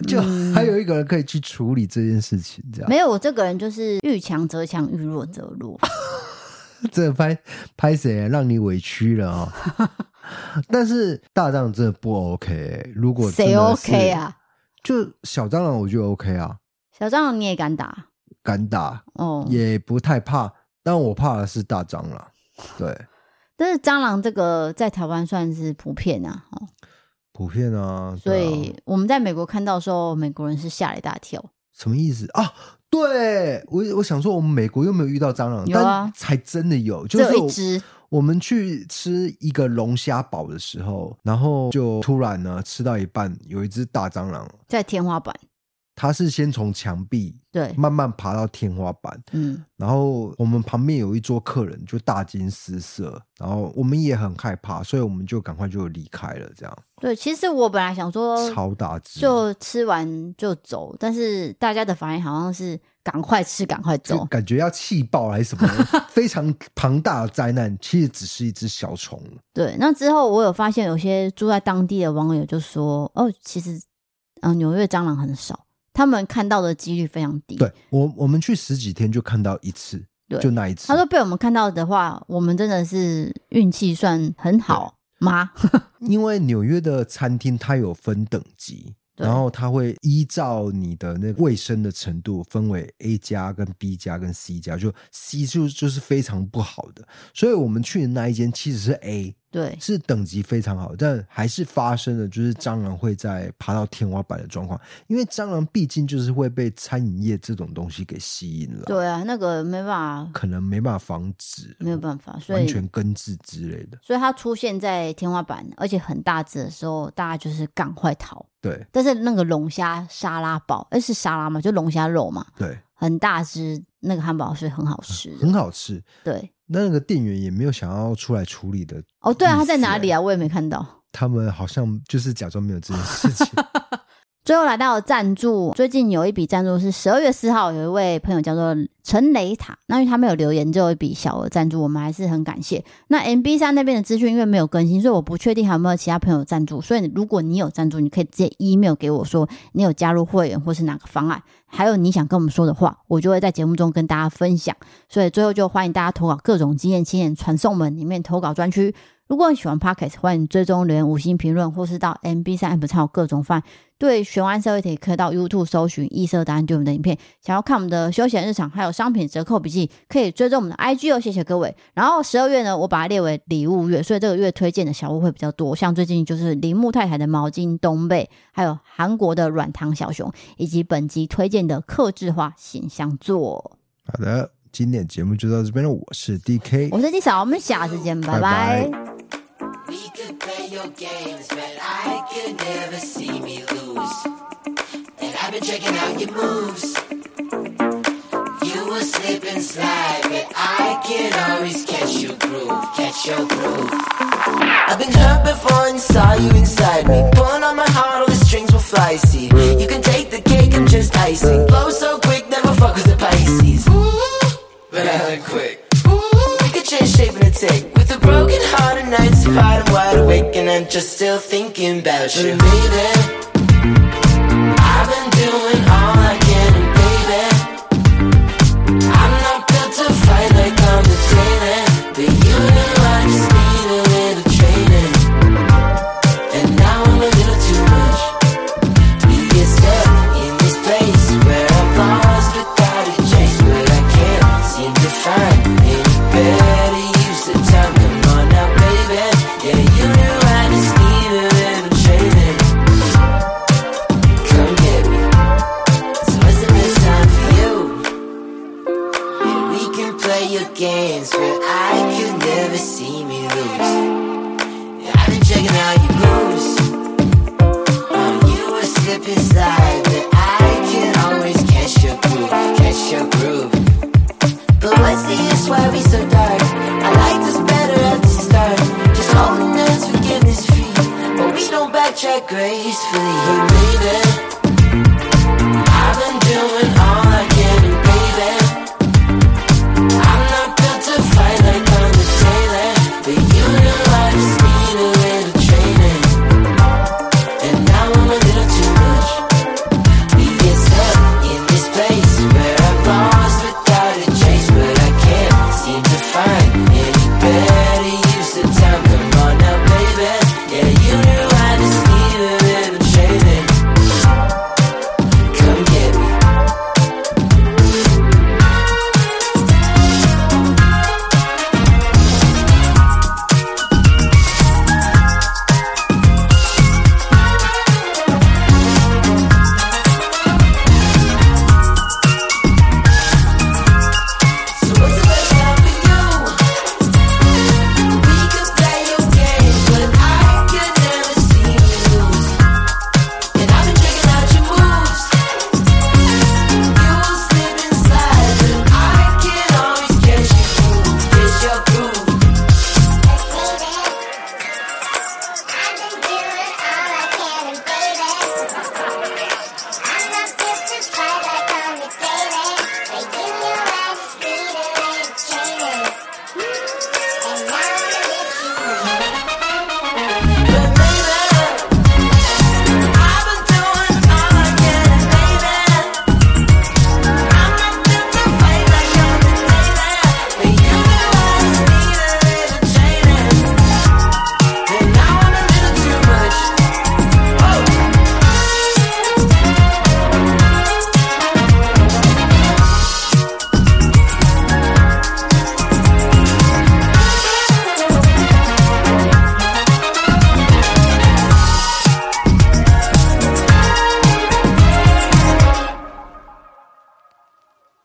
C: 就
B: 嗯
C: 还有一个人可以去处理这件事情，这样。
B: 没有我这个人就是遇强则强，遇弱则弱。
C: 这拍拍谁啊让你委屈了哦？ *laughs* 但是大蟑螂真的不 OK，、如欸果真
B: 谁
C: 的是
B: OK 啊？？
C: 就小蟑螂我就 OK 啊，
B: 小蟑螂你也敢打？
C: 敢打
B: 哦，
C: 也不太怕，但我怕的是大蟑螂。对，
B: 但是蟑螂这个在台湾算是普遍啊，哦，
C: 普遍啊，
B: 所
C: 对啊
B: 以我们在美国看到的时候，美国人是吓了一大跳。
C: 什么意思啊？对我，我想说，我们美国又没有遇到蟑螂，
B: 有啊
C: 但才真的有，
B: 只
C: 就
B: 有
C: 是
B: 一
C: 我
B: 只
C: 我们去吃一个龙虾堡的时候，然后就突然呢吃到一半，有一只大蟑螂，
B: 在天花板，
C: 它是先从墙壁
B: 对，
C: 慢慢爬到天花板，
B: 嗯，
C: 然后我们旁边有一桌客人就大惊失色，然后我们也很害怕，所以我们就赶快就离开了，这样
B: 对。其实我本来想说，
C: 超大只，
B: 哦就吃完就走，但是大家的反应好像是赶快吃，赶快
C: 就
B: 走。
C: 感觉要气爆还是
B: *laughs*
C: 什么非常庞大的灾难，其实只是一只
B: *laughs*
C: 小虫。
B: 对，那之后我有发现，有些住在当地的网友就说：“哦，其实，嗯、纽约蟑螂很少，他们看到的几率非常低。”
C: 对我，我们去十几天就看到一次，
B: 对
C: 就那一次。
B: 他说被我们看到的话，我们真的是运气算很好
C: *laughs*
B: 吗？
C: 因为纽约的餐厅它有分等级，
B: 对
C: 然后它会依照你的那个卫生的程度分为 A 加、跟 B 加、跟 C 加，就 C 就就是非常不好的，所以我们去的那一间其实是 A，
B: 对
C: 是等级非常好，但还是发生了就是蟑螂会在爬到天花板的状况，因为蟑螂毕竟就是会被餐饮业这种东西给吸引了，，
B: 对啊，那个没办法，
C: 可能没办法防止，
B: 没有办法，所
C: 完
B: 以
C: 全根治之类的，
B: 所以它出现在天花板，而且很大只的时候，大家就是赶快逃。
C: 对
B: 但是那个龙虾沙拉堡，哎、是沙拉嘛，就龙虾肉嘛，
C: 对，
B: 很大只，那个汉堡是很好吃
C: *laughs*
B: 的。
C: 很好吃。
B: 对，
C: 那个店员也没有想要出来处理的。
B: 哦，对啊，它在哪
C: 啊？
B: 里啊？我也没看到。
C: 他们好像就是假装没有这件事
B: *laughs*
C: 情。
B: 最后来到赞助，最近有一笔赞助是十二月四号，有一位朋友叫做陈雷塔，那因为他没有留言，只有一笔小额赞助，我们还是很感谢。那 MB 三那边的资讯因为没有更新，所以我不确定还有没有其他朋友赞助。所以如果你有赞助，你可以直接 email 给我说你有加入会员或是哪个方案，还有你想跟我们说的话，我就会在节目中跟大家分享。所以最后就欢迎大家投稿各种经验、经验传送门里面投稿专区。如果你喜欢 Podcast，欢迎追踪留言、五星评论，或是到 MB 三 App 上有各种方案。对玄幻社会也可以到 YouTube 搜寻“异色答案”对我们的影片。想要看我们的休闲日常，还有商品折扣笔记，可以追踪我们的 IG 哦。谢谢各位。然后十二月呢，我把它列为礼物月，所以这个月推荐的小物会比较多，像最近就是铃木太太的毛巾、东贝，还有韩国的软糖小熊，以及本集推荐的克制化形象座。
C: 好的，今天的节目就到这边了。我是 DK，
B: 我是 D 嫂，我们下次见，拜
C: 拜
B: 拜
C: 拜
D: We could play your games, but I could never see me lose. And I've been checking out your moves. You will slip and slide, but I can always catch your groove, catch your groove. I've been hurt before and saw you inside me. Pulling on my heart, all the strings will fly. See, you can take the cake, I'm just icing. Blow so quick, never fuck with the Pisces. Ooh, but I look quick. Ooh, we could change shape in a tick. With a broken heart and nights apart, I'm wide awake and I'm just still thinking about you. But baby, I've been doing all I can, and baby. I'm not built to fight like I'm a demon, but you knew I just need a little training, and now I'm a little too much. We get stuck in this place where I'm lost without a chase, but I can't seem to find any better use of time. Come on now, baby, yeah, you knew I just need a little training. Come get me. So isn't this time for you? We can play your games, but I could never see me lose. I've been checking out your moves. Um, you a slip and slide, but I can always catch your groove, catch your groove. But what's the use? Why we so dark? I liked us better at the start. Just holding us, forgiveness free, but we don't backtrack gracefully. But baby, I've been doing